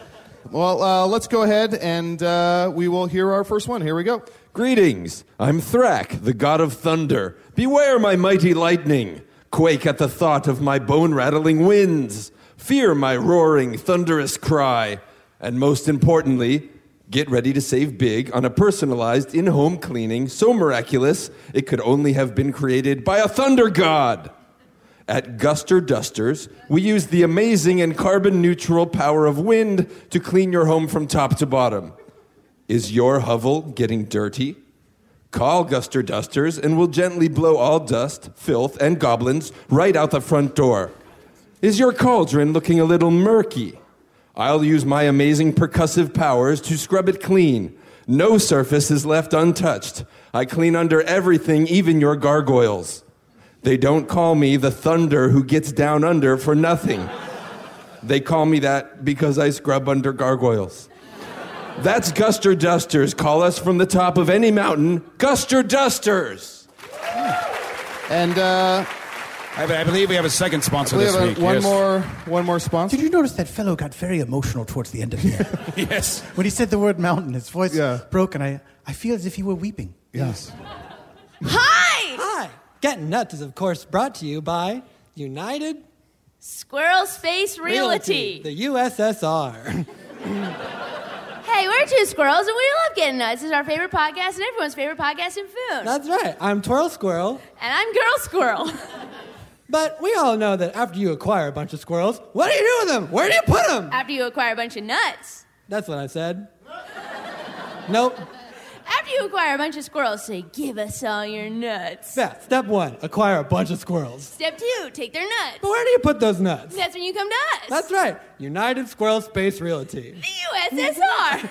Speaker 4: Well, uh, let's go ahead and uh, we will hear our first one. Here we go.
Speaker 6: Greetings. I'm Thrak, the god of thunder. Beware my mighty lightning. Quake at the thought of my bone rattling winds. Fear my roaring, thunderous cry. And most importantly, get ready to save big on a personalized in home cleaning so miraculous it could only have been created by a thunder god. At Guster Dusters, we use the amazing and carbon neutral power of wind to clean your home from top to bottom. Is your hovel getting dirty? Call Guster Dusters and we'll gently blow all dust, filth, and goblins right out the front door. Is your cauldron looking a little murky? I'll use my amazing percussive powers to scrub it clean. No surface is left untouched. I clean under everything, even your gargoyles. They don't call me the thunder who gets down under for nothing. They call me that because I scrub under gargoyles. That's Guster Dusters. Call us from the top of any mountain, Guster Dusters.
Speaker 4: And uh,
Speaker 3: I, I believe we have a second sponsor
Speaker 4: we
Speaker 3: this
Speaker 4: have a-
Speaker 3: week.
Speaker 4: one
Speaker 3: yes.
Speaker 4: more, one more sponsor.
Speaker 5: Did you notice that fellow got very emotional towards the end of it?
Speaker 3: Yes.
Speaker 5: when he said the word mountain, his voice
Speaker 4: Yeah.
Speaker 5: broke, and I, I feel as if he were weeping.
Speaker 4: Yes.
Speaker 7: Hi!
Speaker 8: Hi! Getting Nuts is, of course, brought to you by United
Speaker 7: Squirrel Space Realty.
Speaker 8: the USSR.
Speaker 7: Hey, we're two squirrels and we love getting nuts. This is our favorite podcast and everyone's favorite podcast in food.
Speaker 8: That's right, I'm Twirl Squirrel.
Speaker 7: and I'm Girl Squirrel.
Speaker 8: But we all know that after you acquire a bunch of squirrels, what do you do with them? Where do you put them?
Speaker 7: After you acquire a bunch of nuts.
Speaker 8: That's what I said. Nope.
Speaker 7: After you acquire a bunch of squirrels, say, give us all your nuts.
Speaker 8: Yeah, step one acquire a bunch of squirrels.
Speaker 7: Step two, take their
Speaker 8: But
Speaker 7: nuts.
Speaker 8: where do you put those nuts?
Speaker 7: That's when you come to us.
Speaker 8: That's right, United Squirrel Space Realty.
Speaker 7: the USSR.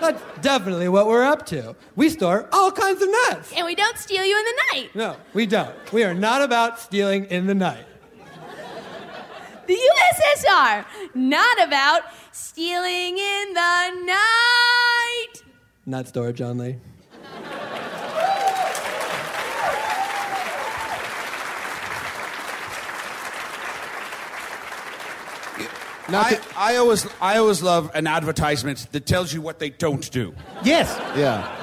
Speaker 8: That's definitely what we're up to. We store all kinds of nuts.
Speaker 7: And we don't steal you in the night.
Speaker 8: No, we don't. We are not about stealing in the night.
Speaker 7: The USSR, not about stealing in the night.
Speaker 8: Nut storage only.
Speaker 3: I, I always I always love an advertisement that tells you what they don't do.
Speaker 5: Yes.
Speaker 3: Yeah.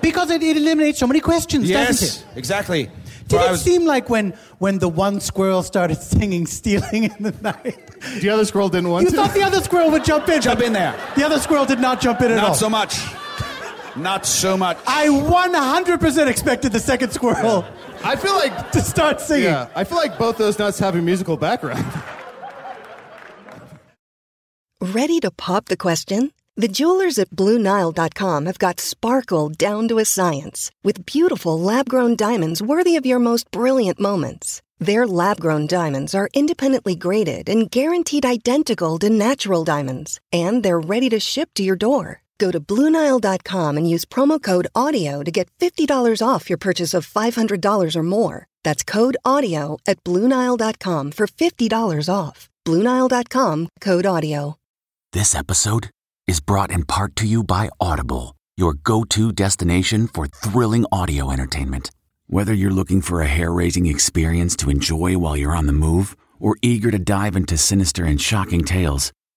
Speaker 5: Because it, it eliminates so many questions,
Speaker 3: Yes.
Speaker 5: doesn't it?
Speaker 3: Exactly.
Speaker 5: Did
Speaker 3: Well, I
Speaker 5: it
Speaker 3: was-
Speaker 5: seem like when, when the one squirrel started singing Stealing in the Night?
Speaker 4: The other squirrel didn't want
Speaker 5: You
Speaker 4: to.
Speaker 5: thought the other squirrel would jump in.
Speaker 3: Jump in there.
Speaker 5: The other squirrel did not jump in at all.
Speaker 3: Not so much. Not so much.
Speaker 5: I 100% expected the second squirrel
Speaker 4: I feel like
Speaker 5: to start singing.
Speaker 4: yeah, I feel like both those nuts have a musical background.
Speaker 9: Ready to pop the question? The jewelers at BlueNile.com have got sparkle down to a science with beautiful lab grown diamonds worthy of your most brilliant moments. Their lab grown diamonds are independently graded and guaranteed identical to natural diamonds, and they're ready to ship to your door. Go to BlueNile.com and use promo code AUDIO to get $50 off your purchase of $500 or more. That's code AUDIO at BlueNile.com for $50 off. BlueNile.com code AUDIO.
Speaker 10: This episode is brought in part to you by Audible, your go to destination for thrilling audio entertainment. Whether you're looking for a hair raising experience to enjoy while you're on the move or eager to dive into sinister and shocking tales,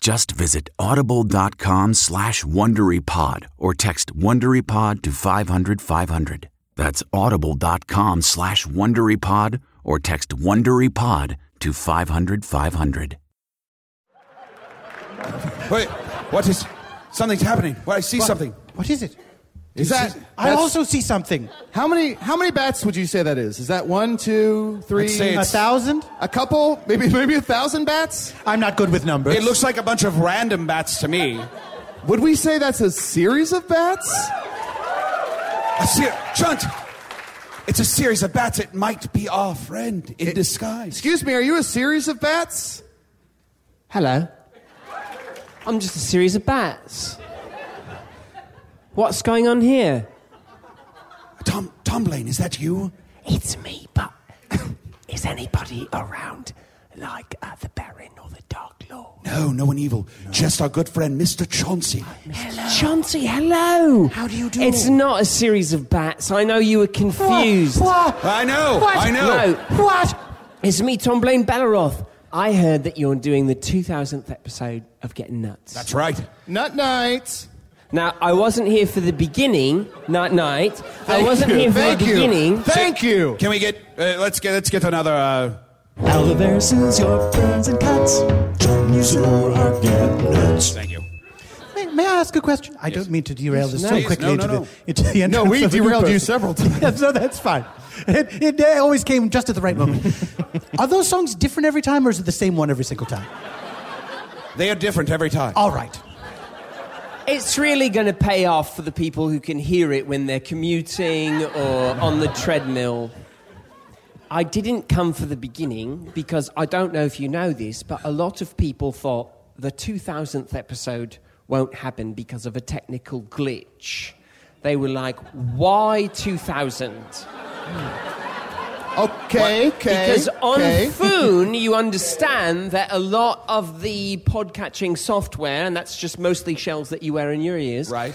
Speaker 10: Just visit audible.com slash WonderyPod or text WonderyPod to 500, 500. That's audible.com slash WonderyPod or text WonderyPod to 500, 500.
Speaker 3: Wait, what is? Something's happening. Well, I see something.
Speaker 5: What is it?
Speaker 4: Is that?
Speaker 5: I
Speaker 4: that's-
Speaker 5: also see something.
Speaker 4: How many? How many bats would you say that is? Is that one, two, three,
Speaker 3: I'd say
Speaker 5: A
Speaker 3: it's-
Speaker 5: thousand?
Speaker 4: a couple? Maybe maybe a thousand bats?
Speaker 5: I'm not good with numbers.
Speaker 3: It looks like a bunch of random bats to me.
Speaker 4: Would we say that's a series of bats?
Speaker 3: A ser- Chunt, it's a series of bats. It might be our friend in disguise.
Speaker 4: Eh, Excuse me, are you a series of bats?
Speaker 11: Hello. I'm just a series of bats. What's going on here?
Speaker 3: Tom, Tom Blaine, is that you?
Speaker 11: It's me, but is anybody around like uh, the Baron or the Dark Lord?
Speaker 3: No, no one evil. Just our good friend, Mr. Chauncey.
Speaker 11: Chauncey, hello. How
Speaker 3: do you do?
Speaker 11: It's not a series of bats. I know you were confused.
Speaker 3: I know, I know.
Speaker 11: No. What? It's me, Tom Blaine Belleroth. I heard that you're doing the 2000th episode of Getting Nuts.
Speaker 3: That's right.
Speaker 4: Nut night.
Speaker 11: Now, I wasn't here for the beginning, not night. I wasn't
Speaker 4: you.
Speaker 11: here for
Speaker 4: Thank
Speaker 11: the
Speaker 4: you.
Speaker 11: beginning.
Speaker 4: Thank you.
Speaker 3: Can we get? Uh, let's get. Let's get another. Uh, Thank you.
Speaker 5: May, may I ask a question? I don't mean to derail this so
Speaker 3: Please,
Speaker 5: quickly
Speaker 3: no, no,
Speaker 5: into,
Speaker 3: no.
Speaker 5: The, into the end.
Speaker 4: No, we derailed you several times.
Speaker 5: no, that's fine. It, it uh, always came just at the right moment. Are those songs different every time, or is it the same one every single time?
Speaker 3: They are different every time.
Speaker 5: All right.
Speaker 11: It's really going to pay off for the people who can hear it when they're commuting or on the treadmill. I didn't come for the beginning because I don't know if you know this, but a lot of people thought the 2000th episode won't happen because of a technical glitch. They were like, why 2000?
Speaker 4: Okay, okay.
Speaker 11: Because on
Speaker 4: okay.
Speaker 11: Foon, you understand that a lot of the podcatching software, and that's just mostly shells that you wear in your ears,
Speaker 3: Right.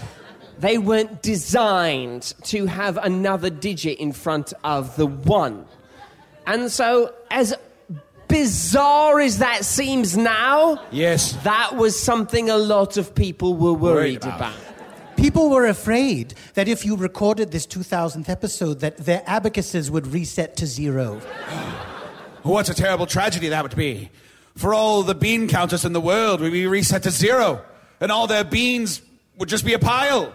Speaker 11: They weren't designed to have another digit in front of the one, and so as bizarre as that seems now,
Speaker 3: Yes.
Speaker 11: that was something a lot of people were worried,
Speaker 3: Worried about.
Speaker 11: about.
Speaker 5: People were afraid that if you recorded this 2000th episode, that their abacuses would reset to zero.
Speaker 3: What a terrible tragedy that would be. For all the bean counters in the world would be reset to zero, and all their beans would just be a pile.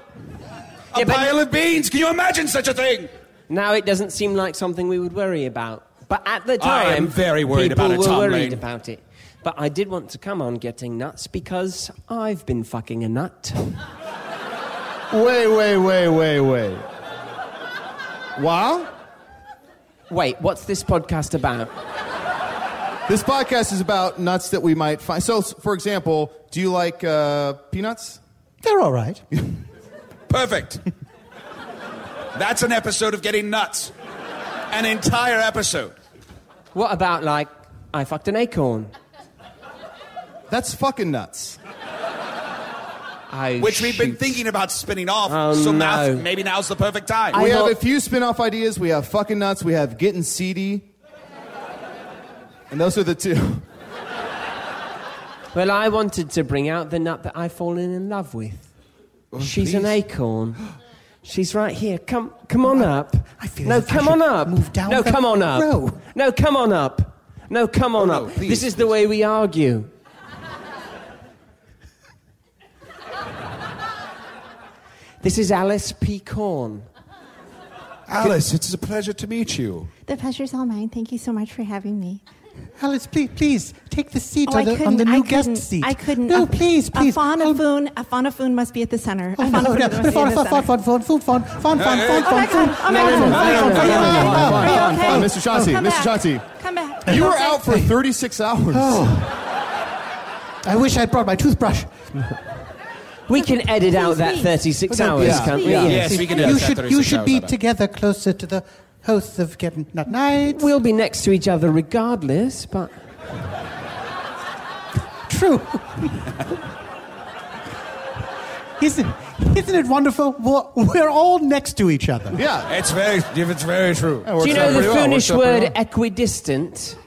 Speaker 3: A pile of beans. Can you imagine such a thing?
Speaker 11: Now it doesn't seem like something we would worry about. But at the
Speaker 3: I
Speaker 11: time,
Speaker 3: am very worried
Speaker 11: people
Speaker 3: about it,
Speaker 11: were
Speaker 3: Tom
Speaker 11: worried
Speaker 3: Lane.
Speaker 11: about it. But I did want to come on getting nuts because I've been fucking a nut.
Speaker 4: Wait, wait, wait, wait, wait. Wow?
Speaker 11: Wait, what's this podcast about?
Speaker 4: This podcast is about nuts that we might find. So, s- for example, do you like uh, peanuts?
Speaker 5: They're all right.
Speaker 3: Perfect. That's an episode of Getting Nuts. An entire episode.
Speaker 11: What about like I fucked an acorn?
Speaker 4: That's fucking nuts.
Speaker 11: I
Speaker 3: Which we've been thinking about spinning off.
Speaker 4: Oh,
Speaker 3: so now-
Speaker 4: no.
Speaker 3: maybe now's the perfect time.
Speaker 4: we have a few spin off ideas. We have fucking nuts. We have getting seedy. And those are the two.
Speaker 11: Well, I wanted to bring out the nut that I've fallen in love with. She's an
Speaker 1: please.
Speaker 11: acorn. She's right here. Come, come on up. I feel no,
Speaker 1: as if I
Speaker 11: come
Speaker 1: should
Speaker 11: on up.
Speaker 1: move down
Speaker 11: no,
Speaker 1: from
Speaker 11: come on
Speaker 1: the
Speaker 11: up.
Speaker 1: row.
Speaker 11: No, come on up. No, come on up. this is the way we argue. this is Alice P. Corn.
Speaker 6: Alice, it's a pleasure to meet you.
Speaker 12: The pleasure's all mine. Thank you so much for having me.
Speaker 5: Alice, please, please take the seat
Speaker 12: Oh, I
Speaker 5: on, the, on
Speaker 12: couldn't-
Speaker 5: the
Speaker 12: I
Speaker 5: new guest
Speaker 12: couldn't-
Speaker 5: seat.
Speaker 12: I couldn't.
Speaker 5: No,
Speaker 12: A-
Speaker 5: please, please.
Speaker 12: A faunafoon, a faunafoon must be at the center.
Speaker 5: Oh, no, no. Fun, fun, fun, fun, fun, fun, fun, fun,
Speaker 12: Hey,
Speaker 5: fun,
Speaker 12: hey. Oh, my
Speaker 5: fun, fun,
Speaker 12: God.
Speaker 5: fun,
Speaker 12: No, no,
Speaker 5: fun, fun, fun,
Speaker 12: no, no, no,
Speaker 5: fun,
Speaker 12: no,
Speaker 5: fun,
Speaker 12: no,
Speaker 5: fun,
Speaker 12: no,
Speaker 5: fun,
Speaker 12: no,
Speaker 5: fun,
Speaker 12: no,
Speaker 5: fun.
Speaker 12: no.
Speaker 5: Mr.
Speaker 4: Mr. Chauncey,
Speaker 12: Come
Speaker 4: Mr.
Speaker 12: back.
Speaker 4: Chauncey.
Speaker 12: Come back.
Speaker 4: You were out for 36 hours.
Speaker 5: I wish I'd brought my toothbrush.
Speaker 11: We can edit out that
Speaker 5: me.
Speaker 11: 36
Speaker 5: Well,
Speaker 11: hours,
Speaker 5: that'd be-
Speaker 11: can't we?
Speaker 5: yeah.
Speaker 11: Yes.
Speaker 5: You should, you should be together closer to the hosts of Getting Nut Nights.
Speaker 11: We'll be next to each other regardless, but.
Speaker 5: True. isn't, isn't it wonderful? We're, we're all next to each other.
Speaker 4: Yeah.
Speaker 3: It's very, if it's very true.
Speaker 11: Do you know the Finnish word equidistant?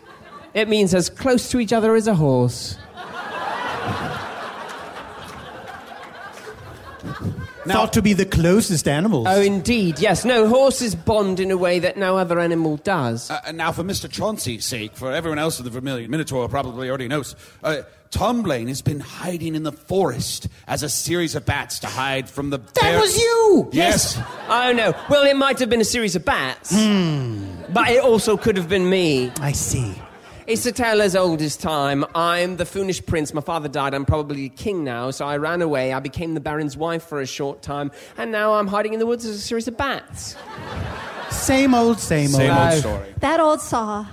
Speaker 11: It means as close to each other as a horse.
Speaker 5: Thought to be the closest animals.
Speaker 11: Oh, indeed, yes. No, horses bond in a way that no other animal does.
Speaker 3: Uh, and now, for Mr. Chauncey's sake, for everyone else in the Vermilion Minotaur probably already knows, uh, Tom Blaine has been hiding in the forest as a series of bats to hide from the. That
Speaker 5: was you!
Speaker 3: Yes.
Speaker 11: Oh, no. Well, it might have been a series of bats, but it also could have been me.
Speaker 5: Hmm. I see.
Speaker 11: It's a tale as old as time. I'm the Foonish prince. My father died. I'm probably king now, so I ran away. I became the baron's wife for a short time, and now I'm hiding in the woods as a series of bats.
Speaker 5: Same old, same old.
Speaker 3: Same old story.
Speaker 12: That old saw.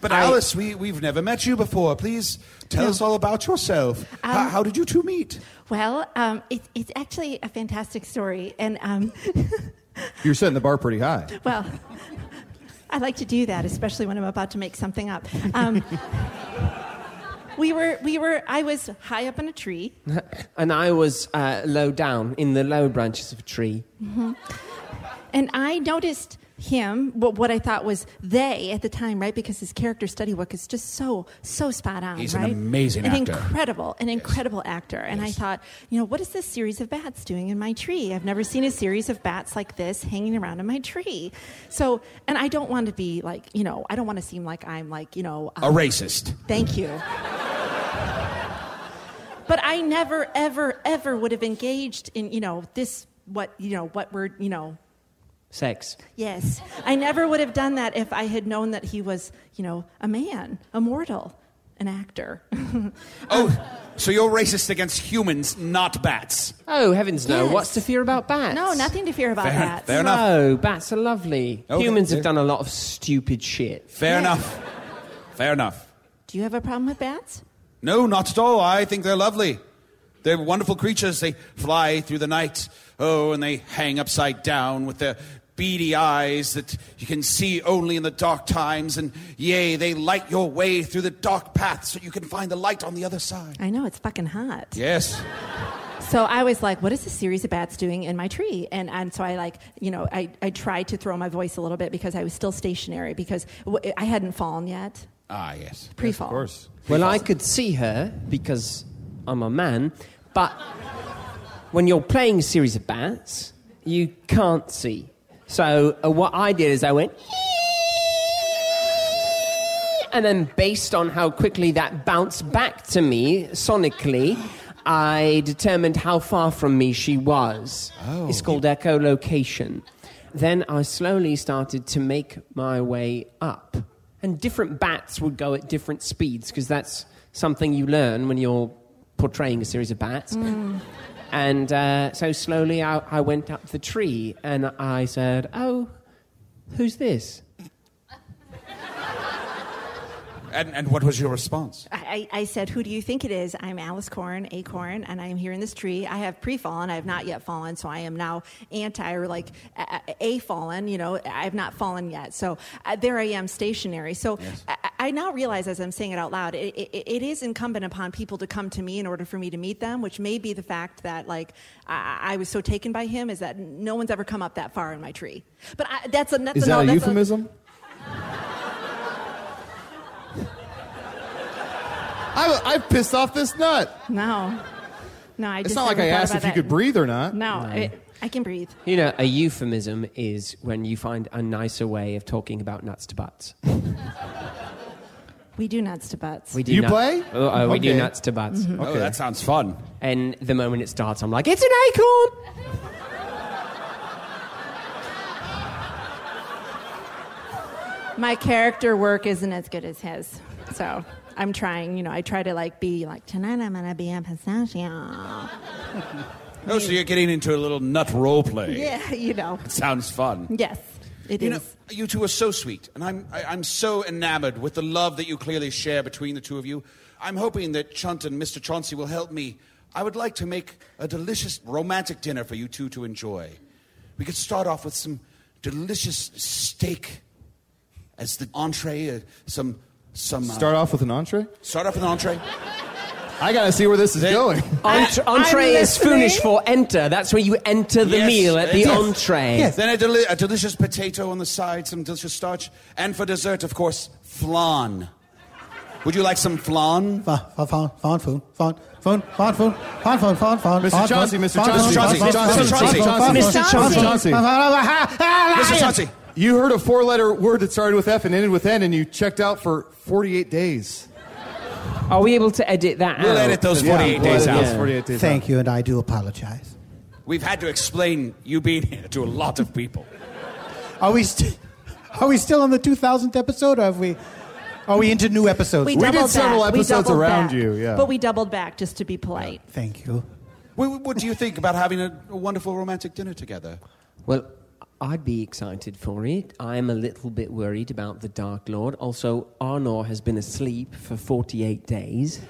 Speaker 3: But Alice, we, we've never met you before. Please tell us all about yourself. H- how,
Speaker 12: Um,
Speaker 3: did you two meet?
Speaker 12: Well, um, it, it's actually a fantastic story, and um,
Speaker 4: You're setting the bar pretty high.
Speaker 12: well, I like to do that, especially when I'm about to make something up. Um, we were, we were. I was high up in a tree.
Speaker 11: and I was uh, low down in the low branches of a tree.
Speaker 12: Mhm. And I noticed him, what, what I thought was they at the time, right? Because his character study work is just so, so spot on.
Speaker 3: He's an
Speaker 12: right?
Speaker 3: amazing
Speaker 12: an
Speaker 3: actor.
Speaker 12: incredible, an incredible actor. And I thought, you know, what is this series of bats doing in my tree? I've never seen a series of bats like this hanging around in my tree. So, and I don't want to be like, you know, I don't want to seem like I'm like, you know,
Speaker 11: uh,
Speaker 3: A racist.
Speaker 12: Thank you. But I never, ever, ever would have engaged in, you know, this, what, you know, what we're, you know,
Speaker 11: Sex.
Speaker 12: yes. I never would have done that if I had known that he was, you know, a man, a mortal, an actor.
Speaker 3: Oh,
Speaker 11: um,
Speaker 3: So you're racist against humans, not bats.
Speaker 11: Oh, heavens no.
Speaker 12: Yes.
Speaker 11: What's to fear about bats?
Speaker 12: no, nothing to fear about
Speaker 3: Fair-
Speaker 12: that.
Speaker 3: fair enough.
Speaker 11: No, bats are lovely.
Speaker 3: Okay,
Speaker 11: Humans
Speaker 3: yeah.
Speaker 11: have done a lot of stupid shit.
Speaker 3: Fair enough. Fair enough.
Speaker 12: Do you have a problem with bats?
Speaker 3: No, not at all. I think they're lovely. They're wonderful creatures. They fly through the night. Oh, and they hang upside down with their beady eyes that you can see only in the dark times. And yea, they light your way through the dark path so you can find the light on the other side.
Speaker 12: I know, it's fucking hot.
Speaker 3: Yes.
Speaker 12: So I was like, what is this series of bats doing in my tree? And, and so I like, you know, I, I tried to throw my voice a little bit because I was still stationary because w- I hadn't fallen yet.
Speaker 3: Ah, yes.
Speaker 12: Pre-fall. Yes, of
Speaker 3: course.
Speaker 11: Well, I could see her because I'm a man, but when you're playing a series of bats, you can't see. So uh, what I did is I went. And then, based on how quickly that bounced back to me sonically, I determined how far from me she was.
Speaker 4: Oh.
Speaker 11: It's called echolocation. Then I slowly started to make my way up. And different bats would go at different speeds because that's something you learn when you're portraying a series of bats.
Speaker 4: Mm.
Speaker 11: And uh, so slowly I, I went up the tree and I said, Oh, who's this?
Speaker 3: And, and what was your response?
Speaker 12: I, I I said, Who do you think it is? I'm Alice Corn, Acorn, and I'm here in this tree. I have pre fallen. I have not yet fallen. So I am now anti or like a, a- a fallen, you know, I have not fallen yet. So uh, there I am stationary. So I, I- I now realize as I'm saying it out loud, it, it, it is incumbent upon people to come to me in order for me to meet them, which may be the fact that like I, I was so taken by him is that no one's ever come up that far in my tree. But I, that's a, that's
Speaker 4: Is
Speaker 12: a, no,
Speaker 4: that a
Speaker 12: that's
Speaker 4: euphemism? I, I've pissed off this nut.
Speaker 12: No. No, I
Speaker 4: It's
Speaker 12: just
Speaker 4: not like I
Speaker 12: never thought
Speaker 4: asked
Speaker 12: about
Speaker 4: if you
Speaker 12: that.
Speaker 4: could breathe or not.
Speaker 12: No, I, I can breathe.
Speaker 11: You know, a euphemism is when you find a nicer way of talking about nuts to butts.
Speaker 12: We do nuts to butts.
Speaker 11: We do nut- Oh, oh, we do nuts to butts.
Speaker 5: Mm-hmm.
Speaker 12: Mhm.
Speaker 3: Oh, that sounds fun.
Speaker 11: And the moment it starts, I'm like, it's an acorn.
Speaker 12: My character work isn't as good as his, so I'm trying. You know, I try to like be like tonight. I'm gonna be a pistachio.
Speaker 3: Oh, so you're getting into a little nut role play.
Speaker 12: Yeah, you know.
Speaker 3: It sounds fun.
Speaker 12: Yes, it is.
Speaker 3: you know, you two are so sweet, and I'm I, I'm so enamored with the love that you clearly share between the two of you. I'm hoping that Chunt and Mr. Chauncey will help me. I would like to make a delicious romantic dinner for you two to enjoy. We could start off with some delicious steak as the entree. Uh, some some uh,
Speaker 4: Start off with an entree.
Speaker 3: start off with an entree.
Speaker 4: I gotta see where this is going.
Speaker 11: Entre- entree is foolish for enter. That's where you enter the
Speaker 3: Yes,
Speaker 11: meal at the
Speaker 3: yes.
Speaker 11: entree.
Speaker 3: Then a, deli- a delicious potato on the side, some delicious starch, and for dessert, of course, flan. Would you like some flan?
Speaker 5: Fa- fa- fa- fawn foon, fawn foon, fawn foon, fawn foon, fawn foon,
Speaker 3: Mr.
Speaker 5: fawn
Speaker 3: Chauncey,
Speaker 5: foon,
Speaker 3: Mr.
Speaker 5: fawn
Speaker 3: Chauncey,
Speaker 5: foon,
Speaker 3: Mr.
Speaker 5: fawn
Speaker 3: Chauncey, Mr. Chauncey,
Speaker 5: foon, fawn foon, fawn foon,
Speaker 3: Mr.
Speaker 5: fawn foon,
Speaker 3: Chauncey.
Speaker 5: fawn foon.
Speaker 3: Mr. Chauncey.
Speaker 4: You heard a four letter word that started with F and ended with N, and you checked out for 48 days.
Speaker 11: Are we able to edit that
Speaker 3: We'll out? edit those 48 days out.
Speaker 5: Thank you, and I do apologize.
Speaker 3: We've had to explain you being here to a lot of people.
Speaker 5: Are we, st- are we still on the 2000th episode, or have we, are we into new episodes?
Speaker 12: we, doubled back. We doubled back. But we doubled back just to be polite.
Speaker 5: Thank you.
Speaker 3: What, what do you think about having a, a wonderful romantic dinner together?
Speaker 11: Well, I'd be excited for it. I'm a little bit worried about the Dark Lord. Also, Arnor has been asleep for 48 days,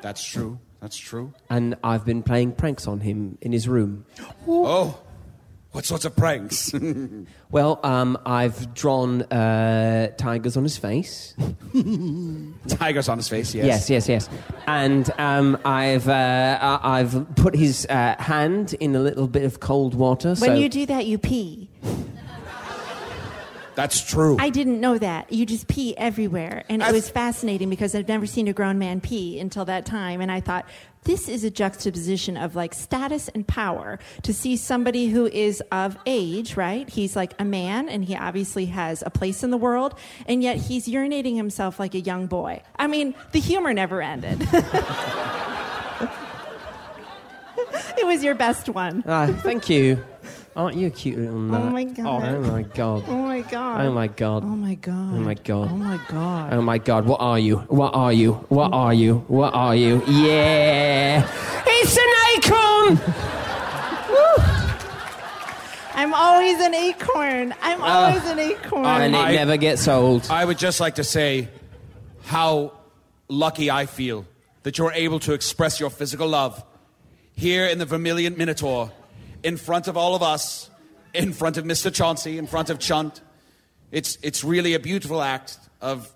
Speaker 3: That's true. That's true.
Speaker 11: and I've been playing pranks on him in his room.
Speaker 3: Oh, what sorts of pranks?
Speaker 11: Well, um, I've drawn uh, tigers on his face.
Speaker 3: Tigers on his face, yes.
Speaker 11: Yes, yes, yes. And um, I've uh, I- I've put his uh, hand in a little bit of cold water. so
Speaker 12: When you do that, you pee.
Speaker 3: That's true.
Speaker 12: I didn't know that. You just pee everywhere. And
Speaker 3: I-
Speaker 12: it was fascinating because I've never seen a grown man pee until that time. And I thought, this is a juxtaposition of like status and power to see somebody who is of age, right? He's like a man and he obviously has a place in the world. And yet he's urinating himself like a young boy. I mean, the humor never ended. it was your best one.
Speaker 11: Ah, thank you. Aren't you a cute little nut?
Speaker 12: Oh my God.
Speaker 11: Oh my god.
Speaker 12: Oh my God.
Speaker 11: Oh my god.
Speaker 12: Oh my God.
Speaker 11: Oh my god.
Speaker 12: Oh my God.
Speaker 11: Oh my god. What are you? What are you? What are you? What are you? Yeah. It's an acorn. Woo.
Speaker 12: I'm always an acorn. I'm
Speaker 11: Ah.
Speaker 12: always an acorn.
Speaker 11: and it never gets old.
Speaker 3: I would just like to say how lucky I feel that you're able to express your physical love here in the Vermilion Minotaur, in front of all of us, in front of Mr. Chauncey, in front of Chunt. It's, it's really a beautiful act of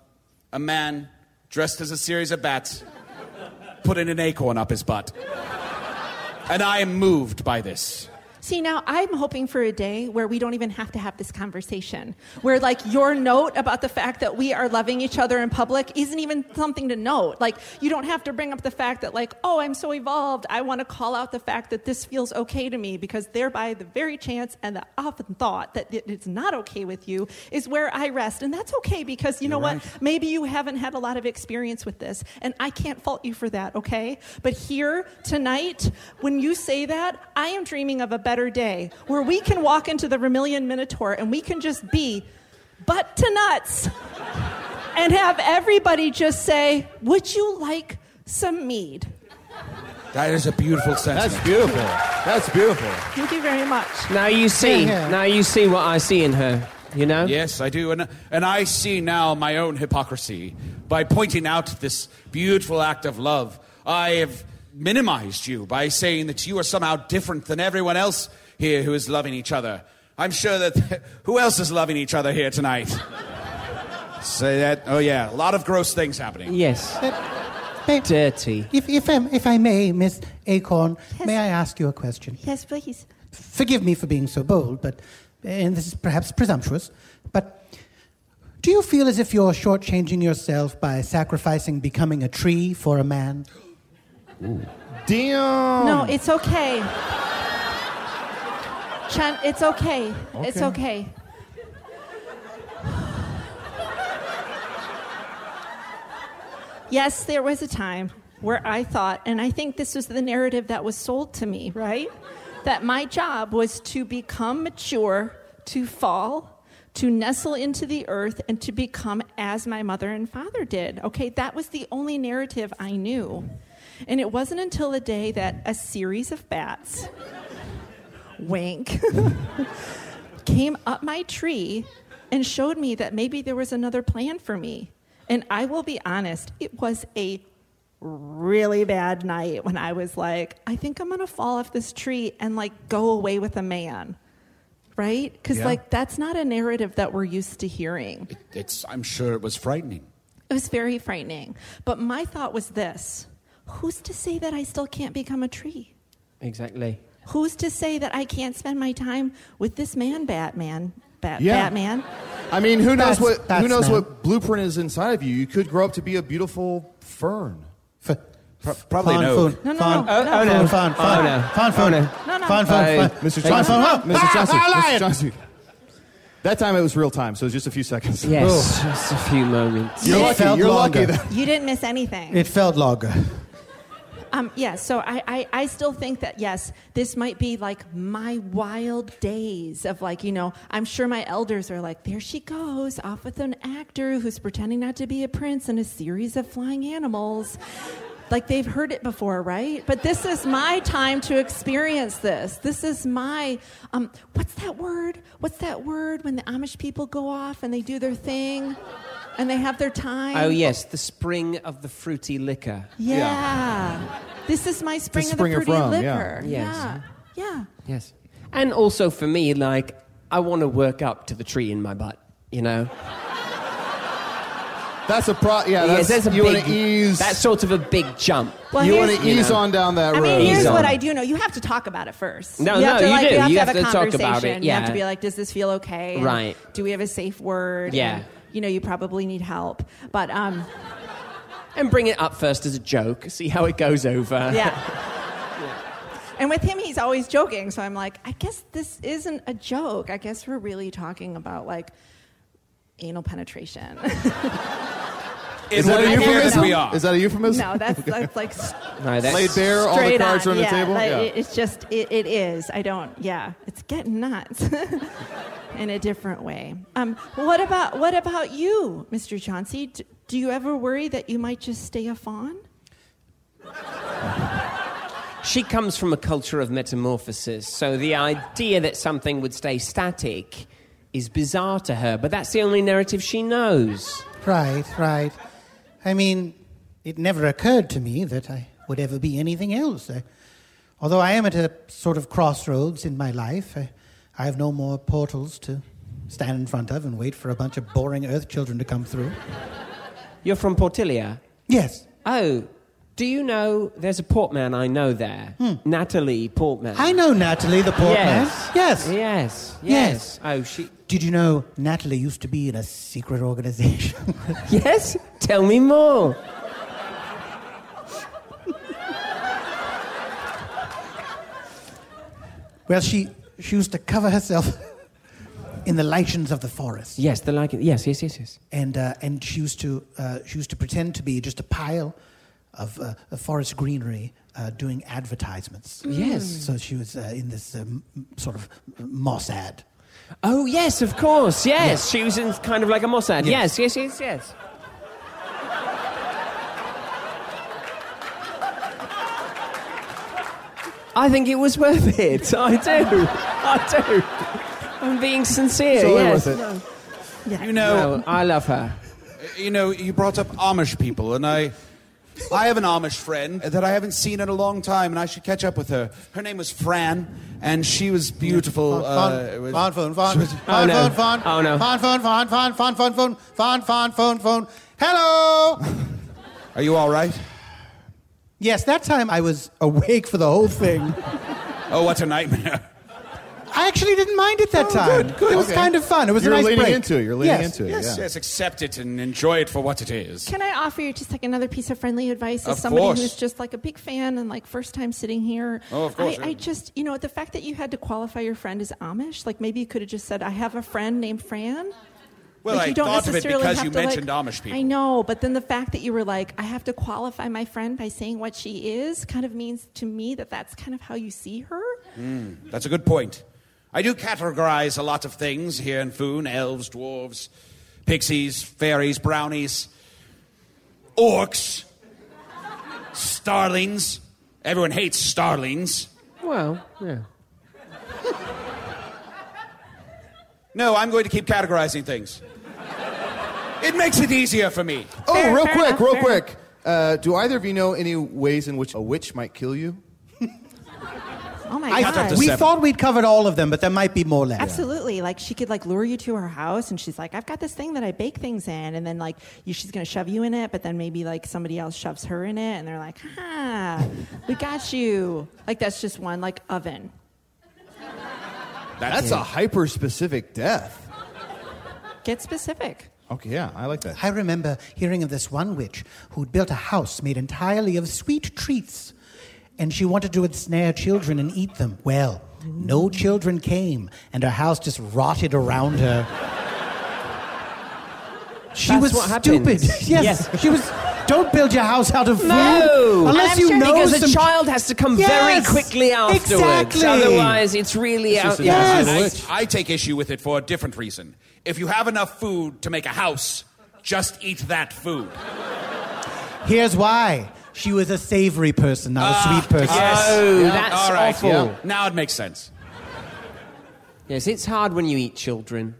Speaker 3: a man dressed as a series of bats putting an acorn up his butt. And I am moved by this.
Speaker 12: See, now I'm hoping for a day where we don't even have to have this conversation, where like your note about the fact that we are loving each other in public isn't even something to note. Like, you don't have to bring up the fact that, like, oh, I'm so evolved. I want to call out the fact that this feels okay to me because thereby the very chance and the often thought that it- it's not okay with you is where I rest. And that's okay because you know what? Maybe you haven't had a lot of experience with this, and I can't fault you for that, okay? But here tonight, when you say that, I am dreaming of a better day where we can walk into the Vermilion Minotaur and we can just be butt to nuts and have everybody just say, Would you like some mead?
Speaker 3: That is a beautiful sentiment.
Speaker 11: That's beautiful.
Speaker 4: That's beautiful.
Speaker 12: Thank you very much.
Speaker 11: Now you see.
Speaker 12: Yeah, yeah.
Speaker 11: Now you see what I see in her. You know.
Speaker 3: Yes, I do. And, and I see now my own hypocrisy by pointing out this beautiful act of love. I have minimized you by saying that you are somehow different than everyone else here who is loving each other. I'm sure that who else is loving each other here tonight? Say that. Oh, yeah. A lot of gross things happening.
Speaker 11: Yes. Dirty.
Speaker 5: If, if, I'm, if I may, Miss Acorn, may I ask you a question?
Speaker 12: Yes, please.
Speaker 5: Forgive me for being so bold, but and this is perhaps presumptuous, but do you feel as if you're shortchanging yourself by sacrificing becoming a tree for a man?
Speaker 4: Damn.
Speaker 5: Oh.
Speaker 12: No, it's okay. Chen, it's okay. It's okay. Yes, there was a time where I thought, and I think this was the narrative that was sold to me, right? That my job was to become mature, to fall, to nestle into the earth, and to become as my mother and father did. Okay, that was the only narrative I knew. And it wasn't until the day that a series of bats, wink, came up my tree and showed me that maybe there was another plan for me. And I will be honest, it was a really bad night when I was like, I think I'm gonna fall off this tree and like go away with a man. Right? Because,
Speaker 3: Yeah.
Speaker 12: like, that's not a narrative that we're used to hearing.
Speaker 3: It's, I'm sure it was frightening.
Speaker 12: It was very frightening. But my thought was this who's to say that I still can't become a tree?
Speaker 11: Exactly.
Speaker 12: Who's to say that I can't spend my time with this man, Batman? Bat-
Speaker 4: Yeah.
Speaker 12: Batman.
Speaker 4: I mean, who knows
Speaker 12: That's-
Speaker 4: what
Speaker 12: that's
Speaker 4: who knows
Speaker 12: not-
Speaker 4: what blueprint is inside of you? You could grow up to be a beautiful fern.
Speaker 3: probably
Speaker 5: Fawn,
Speaker 3: no.
Speaker 5: foon,
Speaker 4: No, no,
Speaker 5: fawn,
Speaker 4: no, no. Oh, no.
Speaker 5: foon, fawn,
Speaker 4: Oh,
Speaker 5: fawn,
Speaker 4: no.
Speaker 5: fawn, fawn,
Speaker 4: Oh, no.
Speaker 5: fawn,
Speaker 4: no.
Speaker 5: fawn,
Speaker 4: Hey,
Speaker 5: fawn,
Speaker 4: Mr.
Speaker 5: fawn,
Speaker 4: Johnson,
Speaker 5: fawn, fawn.
Speaker 4: Mr. Johnson,
Speaker 5: Ah,
Speaker 4: Mr.
Speaker 5: lion.
Speaker 4: Johnson. That time it was real time, so it was just a few seconds.
Speaker 11: Yes, just a few moments.
Speaker 4: You're
Speaker 5: It
Speaker 4: lucky.
Speaker 5: felt
Speaker 4: You're
Speaker 5: longer.
Speaker 4: lucky. That
Speaker 12: You didn't miss anything.
Speaker 5: It felt longer.
Speaker 12: Um, yeah, so I, I, I still think that, yes, this might be like my wild days of like, you know, I'm sure my elders are like, there she goes, off with an actor who's pretending not to be a prince in a series of flying animals. Like they've heard it before, right? But this is my time to experience this. This is my, um, what's that word? What's that word when the Amish people go off and they do their thing and they have their time?
Speaker 11: Oh yes, the spring of the fruity liquor.
Speaker 12: Yeah. This is my spring,
Speaker 11: spring
Speaker 12: of
Speaker 11: of
Speaker 12: the fruity
Speaker 11: rum, yeah.
Speaker 12: liquor.
Speaker 11: Yes.
Speaker 12: Yeah. Yeah.
Speaker 11: Yes. And also for me, like, I want to work up to the tree in my butt, you know?
Speaker 4: That's a pro. Yeah, that's, you want to ease.
Speaker 11: That's sort of a big jump.
Speaker 12: Well,
Speaker 4: you
Speaker 12: here's-
Speaker 4: want to ease
Speaker 11: you know.
Speaker 4: on down that
Speaker 12: I
Speaker 4: road.
Speaker 12: mean, here's
Speaker 11: He's
Speaker 12: what
Speaker 11: on.
Speaker 12: I do know. You have to talk about it first.
Speaker 11: No,
Speaker 12: you have
Speaker 11: no,
Speaker 12: to,
Speaker 11: you
Speaker 12: like,
Speaker 11: do.
Speaker 12: You have
Speaker 11: You
Speaker 12: to have,
Speaker 11: have to
Speaker 12: a
Speaker 11: talk about it,
Speaker 12: conversation. You have to
Speaker 11: yeah.
Speaker 12: be like, does this feel okay? And
Speaker 11: Right.
Speaker 12: Do we have a safe word?
Speaker 11: Yeah.
Speaker 12: And, you know, you probably need help. But, um,
Speaker 11: And bring it up first as a joke, see how it goes over.
Speaker 12: yeah. And with him, he's always joking. So I'm like, I guess this isn't a joke. I guess we're really talking about, like, anal penetration.
Speaker 3: It
Speaker 4: Is that
Speaker 3: would
Speaker 4: a
Speaker 3: appear that
Speaker 4: euphemism?
Speaker 3: we are.
Speaker 4: Is that a euphemism?
Speaker 12: no, that's, that's like. s-
Speaker 11: No, that's
Speaker 4: Laid bare, all the
Speaker 12: Straight
Speaker 4: cards are
Speaker 12: on,
Speaker 4: on the
Speaker 12: yeah,
Speaker 4: table?
Speaker 12: like,
Speaker 4: Yeah.
Speaker 12: it- It's just, it, it is. I don't, yeah. It's getting nuts in a different way. Um, what about what about you, Mr. Chauncey? D- do you ever worry that you might just stay a fawn?
Speaker 11: She comes from a culture of metamorphosis, so the idea that something would stay static is bizarre to her, but that's the only narrative she knows.
Speaker 5: Right, right. I mean, it never occurred to me that I would ever be anything else. I, although I am at a sort of crossroads in my life, I, I have no more portals to stand in front of and wait for a bunch of boring Earth children to come through.
Speaker 11: You're from Portilia?
Speaker 5: Yes.
Speaker 11: Oh, Do you know there's a Portman I know there? Natalie Portman.
Speaker 5: I know Natalie the Portman.
Speaker 11: Yes.
Speaker 5: Yes.
Speaker 11: Yes.
Speaker 5: Yes.
Speaker 11: Oh, she.
Speaker 5: Did you know Natalie used to be in a secret organization?
Speaker 11: yes? Tell me more.
Speaker 5: Well, she, she used to cover herself in the lichens of the forest.
Speaker 11: Yes, the like. Yes, yes, yes, yes.
Speaker 5: And, uh, and she, used to, uh, she used to pretend to be just a pile of, uh, of forest greenery uh, doing advertisements.
Speaker 11: Yes.
Speaker 5: So she was uh, in this um, sort of moss ad.
Speaker 11: Oh, yes, of course. Yes.
Speaker 5: Yes.
Speaker 11: She was in kind of like a Mossad.
Speaker 5: Yes.
Speaker 11: Yes, yes, yes, yes. I think it was worth it. I do. I do. I'm being sincere.
Speaker 3: It's all
Speaker 11: yes.
Speaker 3: worth it.
Speaker 11: No.
Speaker 3: You know-
Speaker 11: No, I love her.
Speaker 3: You know, you brought up Amish people, and I, I have an Amish friend that I haven't seen in a long time, and I should catch up with her. Her name was Fran, and she was beautiful. uh, it was-
Speaker 5: Phone, phone, phone,
Speaker 3: she was-
Speaker 5: phone, phone, phone.
Speaker 3: Oh,
Speaker 5: Phone, phone, phone, phone, phone, phone, phone, phone, phone, phone, phone. Hello.
Speaker 3: Are you all right?
Speaker 5: Yes, that time I was awake for the whole thing.
Speaker 3: Oh, what a nightmare!
Speaker 5: I actually didn't mind it that time.
Speaker 3: good, good.
Speaker 5: It was
Speaker 3: Okay.
Speaker 5: kind of fun. It was
Speaker 3: You're
Speaker 5: a nice
Speaker 3: leaning
Speaker 5: break.
Speaker 3: into it. You're leaning
Speaker 5: Yes.
Speaker 3: into it, Yes, yes, accept it and enjoy it for what it is.
Speaker 12: Can I offer you just like another piece of friendly advice as
Speaker 3: Of
Speaker 12: somebody
Speaker 3: course.
Speaker 12: who's just like a big fan and like first time sitting here?
Speaker 3: Oh, of course,
Speaker 12: I,
Speaker 3: yeah.
Speaker 12: I just, you know, the fact that you had to qualify your friend as Amish, like maybe you could have just said, I have a friend named Fran.
Speaker 3: Well,
Speaker 12: Like,
Speaker 3: I
Speaker 12: you don't
Speaker 3: thought of it
Speaker 12: necessarily
Speaker 3: because
Speaker 12: have
Speaker 3: you
Speaker 12: to, like-
Speaker 3: mentioned Amish people.
Speaker 12: I know, but then the fact that you were like, I have to qualify my friend by saying what she is kind of means to me that that's kind of how you see her.
Speaker 3: Mm, that's a good point. I do categorize a lot of things here in Foon elves, dwarves, pixies, fairies, brownies, orcs, starlings. Everyone hates starlings.
Speaker 11: Well, yeah.
Speaker 3: No, I'm going to keep categorizing things. It makes it easier for me.
Speaker 4: Oh, real quick, real quick. Uh, do either of you know any ways in which a witch might kill you?
Speaker 12: Oh my
Speaker 5: I-
Speaker 12: God.
Speaker 5: we thought we'd covered all of them, but there might be more left.
Speaker 12: Absolutely. Like she could like lure you to her house and she's like, I've got this thing that I bake things in. And then like you, she's going to shove you in it. But then maybe like somebody else shoves her in it. And they're like, ha, we got you. Like that's just one like oven.
Speaker 4: That's, a hyper specific death.
Speaker 12: Get specific.
Speaker 4: Okay, yeah, I like that.
Speaker 5: I remember hearing of this one witch who'd built a house made entirely of sweet treats, and she wanted to ensnare children and eat them. Well, no children came, and her house just rotted around her. She
Speaker 11: That's
Speaker 5: was
Speaker 11: what
Speaker 5: stupid.
Speaker 11: happens.
Speaker 5: Yes,
Speaker 11: Yes.
Speaker 5: she was. Don't build your house out of food
Speaker 11: No,
Speaker 5: unless
Speaker 11: And I'm
Speaker 5: you
Speaker 11: sure
Speaker 5: know
Speaker 11: because a
Speaker 5: some
Speaker 11: child has to come
Speaker 5: Yes,
Speaker 11: very quickly afterwards.
Speaker 5: exactly.
Speaker 11: Otherwise, it's really
Speaker 5: It's
Speaker 11: out.
Speaker 5: just an Yes.
Speaker 3: I- I, take issue with it for a different reason. If you have enough food to make a house, just eat that food.
Speaker 5: Here's why. She was a savory person, not a sweet person.
Speaker 11: Oh, that's awful.
Speaker 3: Now it makes sense.
Speaker 11: Yes, it's hard when you eat children.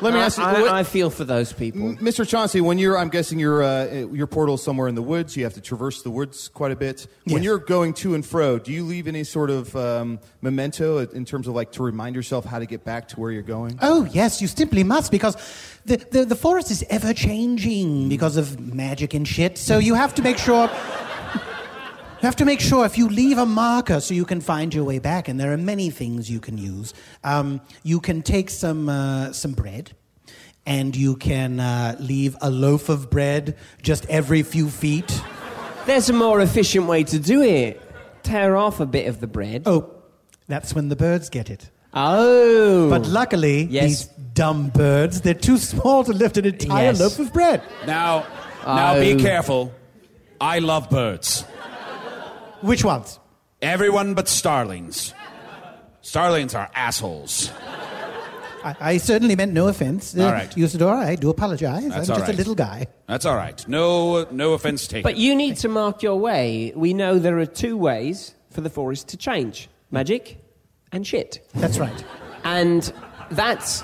Speaker 4: Let me
Speaker 11: I-
Speaker 4: ask you.
Speaker 11: I-
Speaker 4: what-
Speaker 11: I feel for those people.
Speaker 4: M- Mr. Chauncey, when you're, I'm guessing your uh, your portal is somewhere in the woods. You have to traverse the woods quite a bit. When you're going to and fro, do you leave any sort of um, memento in terms of like to remind yourself how to get back to where you're going?
Speaker 5: Oh, yes, you simply must because the, the, the forest is ever changing because of magic and shit. So you have to make sure. You have to make sure if you leave a marker so you can find your way back, and there are many things you can use. Um, you can take some, uh, some bread, and you can uh, leave a loaf of bread just every few feet.
Speaker 11: There's a more efficient way to do it. Tear off a bit of the bread.
Speaker 5: Oh, that's when the birds get it.
Speaker 11: Oh.
Speaker 5: But luckily, these dumb birds, they're too small to lift an entire
Speaker 3: Yes.
Speaker 5: loaf of bread.
Speaker 3: Now, now be
Speaker 5: Oh.
Speaker 3: careful. I love birds.
Speaker 5: Which ones?
Speaker 3: Everyone but starlings. Starlings are assholes.
Speaker 5: I, I certainly meant no offense. Uh,
Speaker 3: All right.
Speaker 5: Usador, I do apologize.
Speaker 3: That's
Speaker 5: I'm
Speaker 3: all
Speaker 5: just a
Speaker 3: right.
Speaker 5: little guy.
Speaker 3: That's all right. No, no offense taken.
Speaker 11: But you need to mark your way. We know there are two ways for the forest to change magic and shit.
Speaker 5: That's right.
Speaker 11: And that's.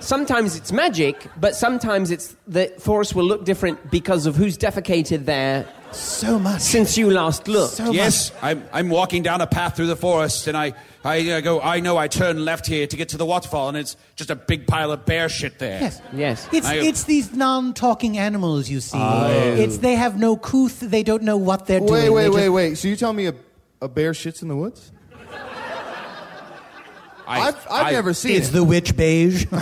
Speaker 11: Sometimes it's magic, but sometimes it's the forest will look different because of who's defecated there
Speaker 5: So much.
Speaker 11: Since you last looked.
Speaker 3: yes, I'm, I'm walking down a path through the forest, and I, I uh, go, I know I turn left here to get to the waterfall, and it's just a big pile of bear shit there.
Speaker 5: Yes.
Speaker 11: Yes.
Speaker 5: It's,
Speaker 3: I-
Speaker 5: it's these non-talking animals you see.
Speaker 3: Oh.
Speaker 5: It's they have no couth. They don't know what they're
Speaker 4: wait,
Speaker 5: doing.
Speaker 4: wait,
Speaker 5: They
Speaker 4: wait,
Speaker 5: just-
Speaker 4: wait. So you're telling me a, a bear shits in the woods?
Speaker 3: I,
Speaker 4: I've, I've never seen
Speaker 5: It's
Speaker 4: it.
Speaker 5: the witch beige.
Speaker 11: but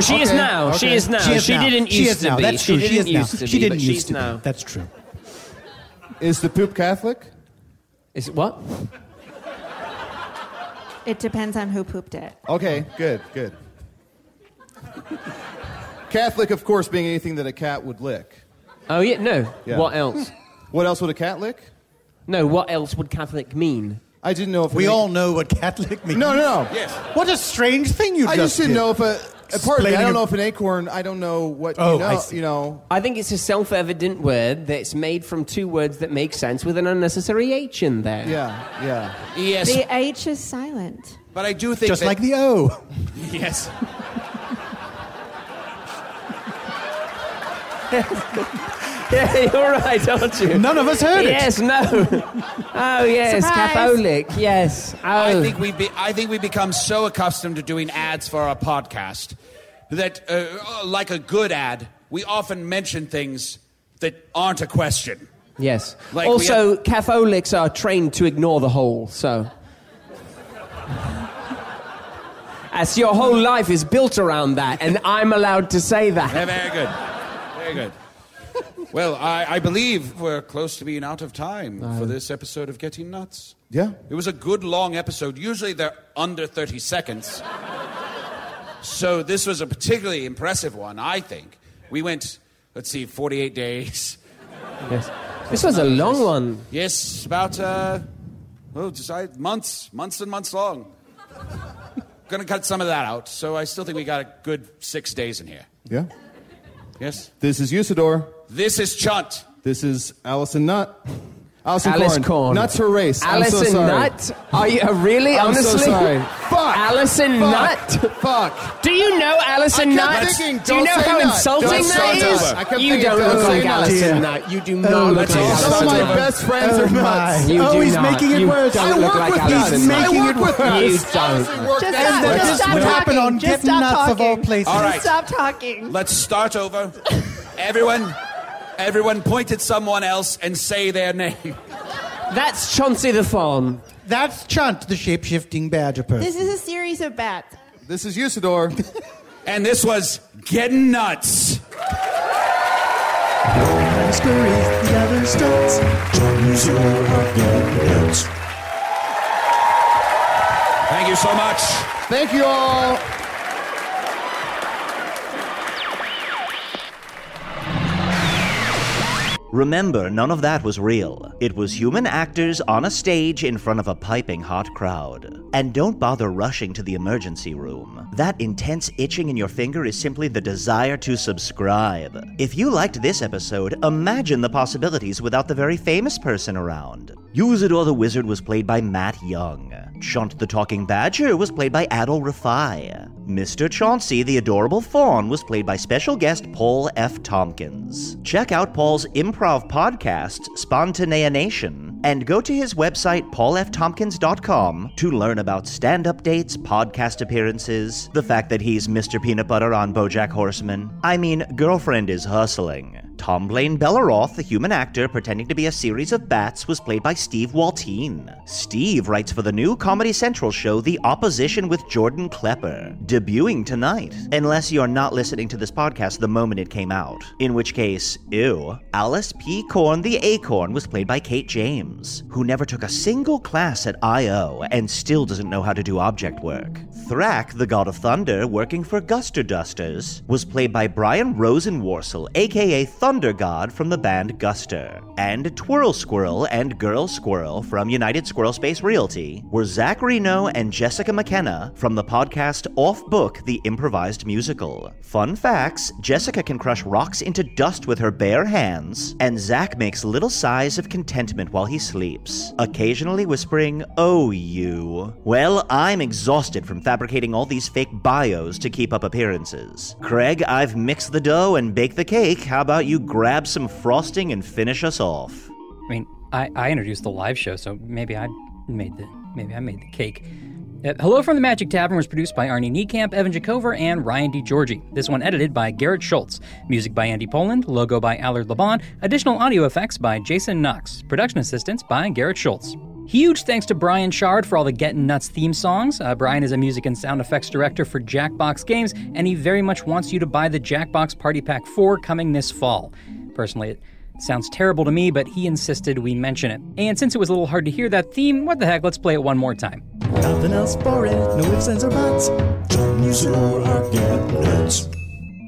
Speaker 11: she is now. She is now.
Speaker 5: She,
Speaker 11: She,
Speaker 5: is now.
Speaker 11: didn't
Speaker 5: She
Speaker 11: used
Speaker 5: is
Speaker 11: to
Speaker 5: now.
Speaker 11: be.
Speaker 5: That's
Speaker 11: she
Speaker 5: true.
Speaker 11: didn't
Speaker 5: She is now.
Speaker 11: used to be.
Speaker 5: She didn't
Speaker 11: but
Speaker 5: used
Speaker 11: she's
Speaker 5: to. be.
Speaker 11: now.
Speaker 5: That's true.
Speaker 4: Is the poop Catholic?
Speaker 11: Is it what?
Speaker 12: It depends on who pooped it.
Speaker 4: Okay, good, good. Catholic, of course, being anything that a cat would lick.
Speaker 11: Oh yeah, no.
Speaker 4: Yeah.
Speaker 11: What else?
Speaker 4: What else would a cat lick?
Speaker 11: No. What else would Catholic mean?
Speaker 4: I didn't know if
Speaker 11: We all
Speaker 5: know what Catholic means.
Speaker 4: No, no, no.
Speaker 11: Yes.
Speaker 5: What a strange thing you
Speaker 4: I just
Speaker 11: just
Speaker 4: didn't
Speaker 11: did.
Speaker 4: know if a. Pardon me, I
Speaker 11: Explaining
Speaker 4: don't know
Speaker 11: a-
Speaker 4: if an acorn. I don't know what. you know, you know.
Speaker 11: I think it's a self-evident word that's made from two words that make sense with an unnecessary h in there.
Speaker 4: Yeah, yeah.
Speaker 3: Yes.
Speaker 12: The H is silent.
Speaker 3: But I do think
Speaker 12: Just
Speaker 3: that-
Speaker 12: like
Speaker 5: the O.
Speaker 3: Yes.
Speaker 11: yeah, you're right, aren't you?
Speaker 5: None of us heard it.
Speaker 11: yes, no. oh yes,
Speaker 3: Surprise.
Speaker 11: Catholic. Yes. Oh.
Speaker 3: I think we be, I think we become so accustomed to doing ads for our podcast that, uh, like a good ad, we often mention things that aren't a question.
Speaker 11: Yes.
Speaker 3: Like we
Speaker 11: also, Catholics are trained to ignore the whole, so. As your whole life is built around that, and I'm allowed to say that.
Speaker 3: Yeah, very good. Very good. Well, I, I believe we're close to being out of time for this episode of Getting Nuts.
Speaker 4: Yeah.
Speaker 3: It was a good long episode. Usually they're under 30 seconds. So this was a particularly impressive one, I think. We went, let's see, 48 days.
Speaker 11: Yes. This was a long one.
Speaker 3: Yes, about, uh, oh, just, I, months, months and months long. Gonna cut some of that out. So I still think we got a good six days in here.
Speaker 4: Yeah.
Speaker 3: Yes?
Speaker 4: This is Usador.
Speaker 3: This is Chunt.
Speaker 4: This is Allison Nut. Allison
Speaker 11: Alice
Speaker 4: Corn.
Speaker 11: Corn.
Speaker 4: Nuts her race. I'm so
Speaker 11: Alison
Speaker 4: sorry.
Speaker 11: Nutt? Are you uh, really?
Speaker 4: I'm so
Speaker 11: honestly?
Speaker 4: sorry. Fuck. Fuck.
Speaker 11: Alison Nutt?
Speaker 4: Fuck.
Speaker 11: Do you know Alison
Speaker 4: I kept
Speaker 11: Nutt?
Speaker 4: thinking,
Speaker 11: do
Speaker 4: don't
Speaker 11: you know
Speaker 4: say
Speaker 11: how
Speaker 4: Nutt.
Speaker 11: insulting
Speaker 4: Don't
Speaker 11: that
Speaker 4: say
Speaker 11: is?
Speaker 4: Nutt. I kept
Speaker 11: You
Speaker 4: thinking,
Speaker 11: don't
Speaker 4: don't
Speaker 11: look
Speaker 4: say
Speaker 11: like
Speaker 4: Nutt.
Speaker 11: Alison
Speaker 4: Dear.
Speaker 11: Nutt. You
Speaker 4: Oh,
Speaker 11: do not look
Speaker 4: that's
Speaker 11: like
Speaker 4: awesome.
Speaker 11: Alison
Speaker 4: Some of my
Speaker 11: Nutt.
Speaker 4: best friends
Speaker 11: Oh
Speaker 4: are
Speaker 11: my.
Speaker 4: nuts.
Speaker 11: You
Speaker 4: Oh,
Speaker 11: do
Speaker 4: he's
Speaker 11: not.
Speaker 4: making it
Speaker 11: You
Speaker 4: worse.
Speaker 11: don't
Speaker 4: I
Speaker 11: look
Speaker 4: work
Speaker 11: like
Speaker 4: with
Speaker 11: Alison
Speaker 4: nuts. I
Speaker 11: Nutt.
Speaker 4: work with
Speaker 11: You
Speaker 4: nuts.
Speaker 11: don't.
Speaker 4: work that out.
Speaker 12: Just stop, just
Speaker 4: Let's
Speaker 12: stop
Speaker 4: just
Speaker 12: talking.
Speaker 4: happen on
Speaker 12: just
Speaker 4: Getting
Speaker 12: stop
Speaker 4: Nuts of
Speaker 12: talking.
Speaker 4: all places.
Speaker 3: All right.
Speaker 12: Stop talking.
Speaker 3: Let's start over. Everyone, everyone point at someone else and say their name.
Speaker 11: That's Chauncey the Fawn.
Speaker 5: That's Chunt, the shape-shifting badger person.
Speaker 12: This is a series of bats.
Speaker 4: This is Usador.
Speaker 3: And this was Getting Nuts.
Speaker 13: the other stunts. Johnny's all about getting nuts.
Speaker 3: Thank you so much.
Speaker 4: Thank you all.
Speaker 1: Remember, none of that was real. It was human actors on a stage in front of a piping hot crowd. And don't bother rushing to the emergency room. That intense itching in your finger is simply the desire to subscribe. If you liked this episode, imagine the possibilities without the very famous person around. Usador the Wizard was played by Matt Young. Chunt the Talking Badger was played by Adol Rafai. Mr. Chauncey the Adorable Fawn was played by special guest Paul F. Tompkins. Check out Paul's improv podcast, Spontanea Nation, and go to his website, paulftompkins.com, to learn about stand up dates, podcast appearances, the fact that he's Mr. Peanut Butter on Bojack Horseman. I mean, girlfriend is hustling. Tom Blaine Belleroth, the human actor pretending to be a series of bats, was played by Steve Waltine. Steve writes for the new Comedy Central show The Opposition with Jordan Klepper, debuting tonight. Unless you're not listening to this podcast the moment it came out, in which case, ew. Alice P. Corn the Acorn was played by Kate James, who never took a single class at I.O. and still doesn't know how to do object work. Thrak, the God of Thunder, working for Guster Dusters, was played by Brian Rosenworcel, aka Thunder God from the band Guster. And Twirl Squirrel and Girl Squirrel from United Squirrel Space Realty were Zach Reno and Jessica McKenna from the podcast Off Book The Improvised Musical. Fun facts Jessica can crush rocks into dust with her bare hands, and Zach makes little sighs of contentment while he sleeps, occasionally whispering, Oh, you. Well, I'm exhausted from fabricating all these fake bios to keep up appearances. Craig, I've mixed the dough and baked the cake. How about you you grab some frosting and finish us off.
Speaker 2: I mean, I, I introduced the live show, so maybe I made the maybe I made the cake. Uh, Hello from the Magic Tavern was produced by Arnie Niekamp, Evan Jacover, and Ryan D. Georgie. This one edited by Garrett Schultz. Music by Andy Poland. Logo by Allard Laban. Additional audio effects by Jason Knox. Production assistance by Garrett Schultz. Huge thanks to Brian Shard for all the Gettin' Nuts theme songs. Uh, Brian is a music and sound effects director for Jackbox Games, and he very much wants you to buy the Jackbox Party Pack 4 coming this fall. Personally, it Sounds terrible to me, but he insisted we mention it. And since it was a little hard to hear that theme, what the heck, let's play it one more time.
Speaker 13: Nothing else for it, no ifs, ands, or buts. Don't use your get nuts.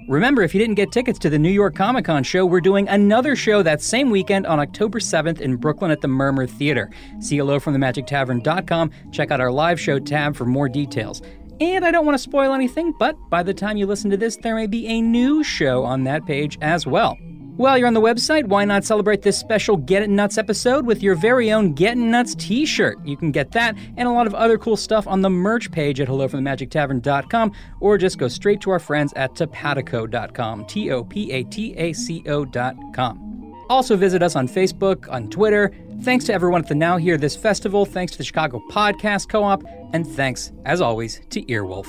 Speaker 2: Remember, if you didn't get tickets to the New York Comic Con show, we're doing another show that same weekend on October 7th in Brooklyn at the Murmur Theater. See hello from themagictavern.com. Check out our live show tab for more details. And I don't want to spoil anything, but by the time you listen to this, there may be a new show on that page as well. While you're on the website, why not celebrate this special Get It Nuts episode with your very own Get It Nuts t shirt? You can get that and a lot of other cool stuff on the merch page at hellofromthemagictavern.com or just go straight to our friends at topatico.com. T O P A T A C O.com. Also, visit us on Facebook, on Twitter. Thanks to everyone at the Now Here This Festival. Thanks to the Chicago Podcast Co op. And thanks, as always, to Earwolf.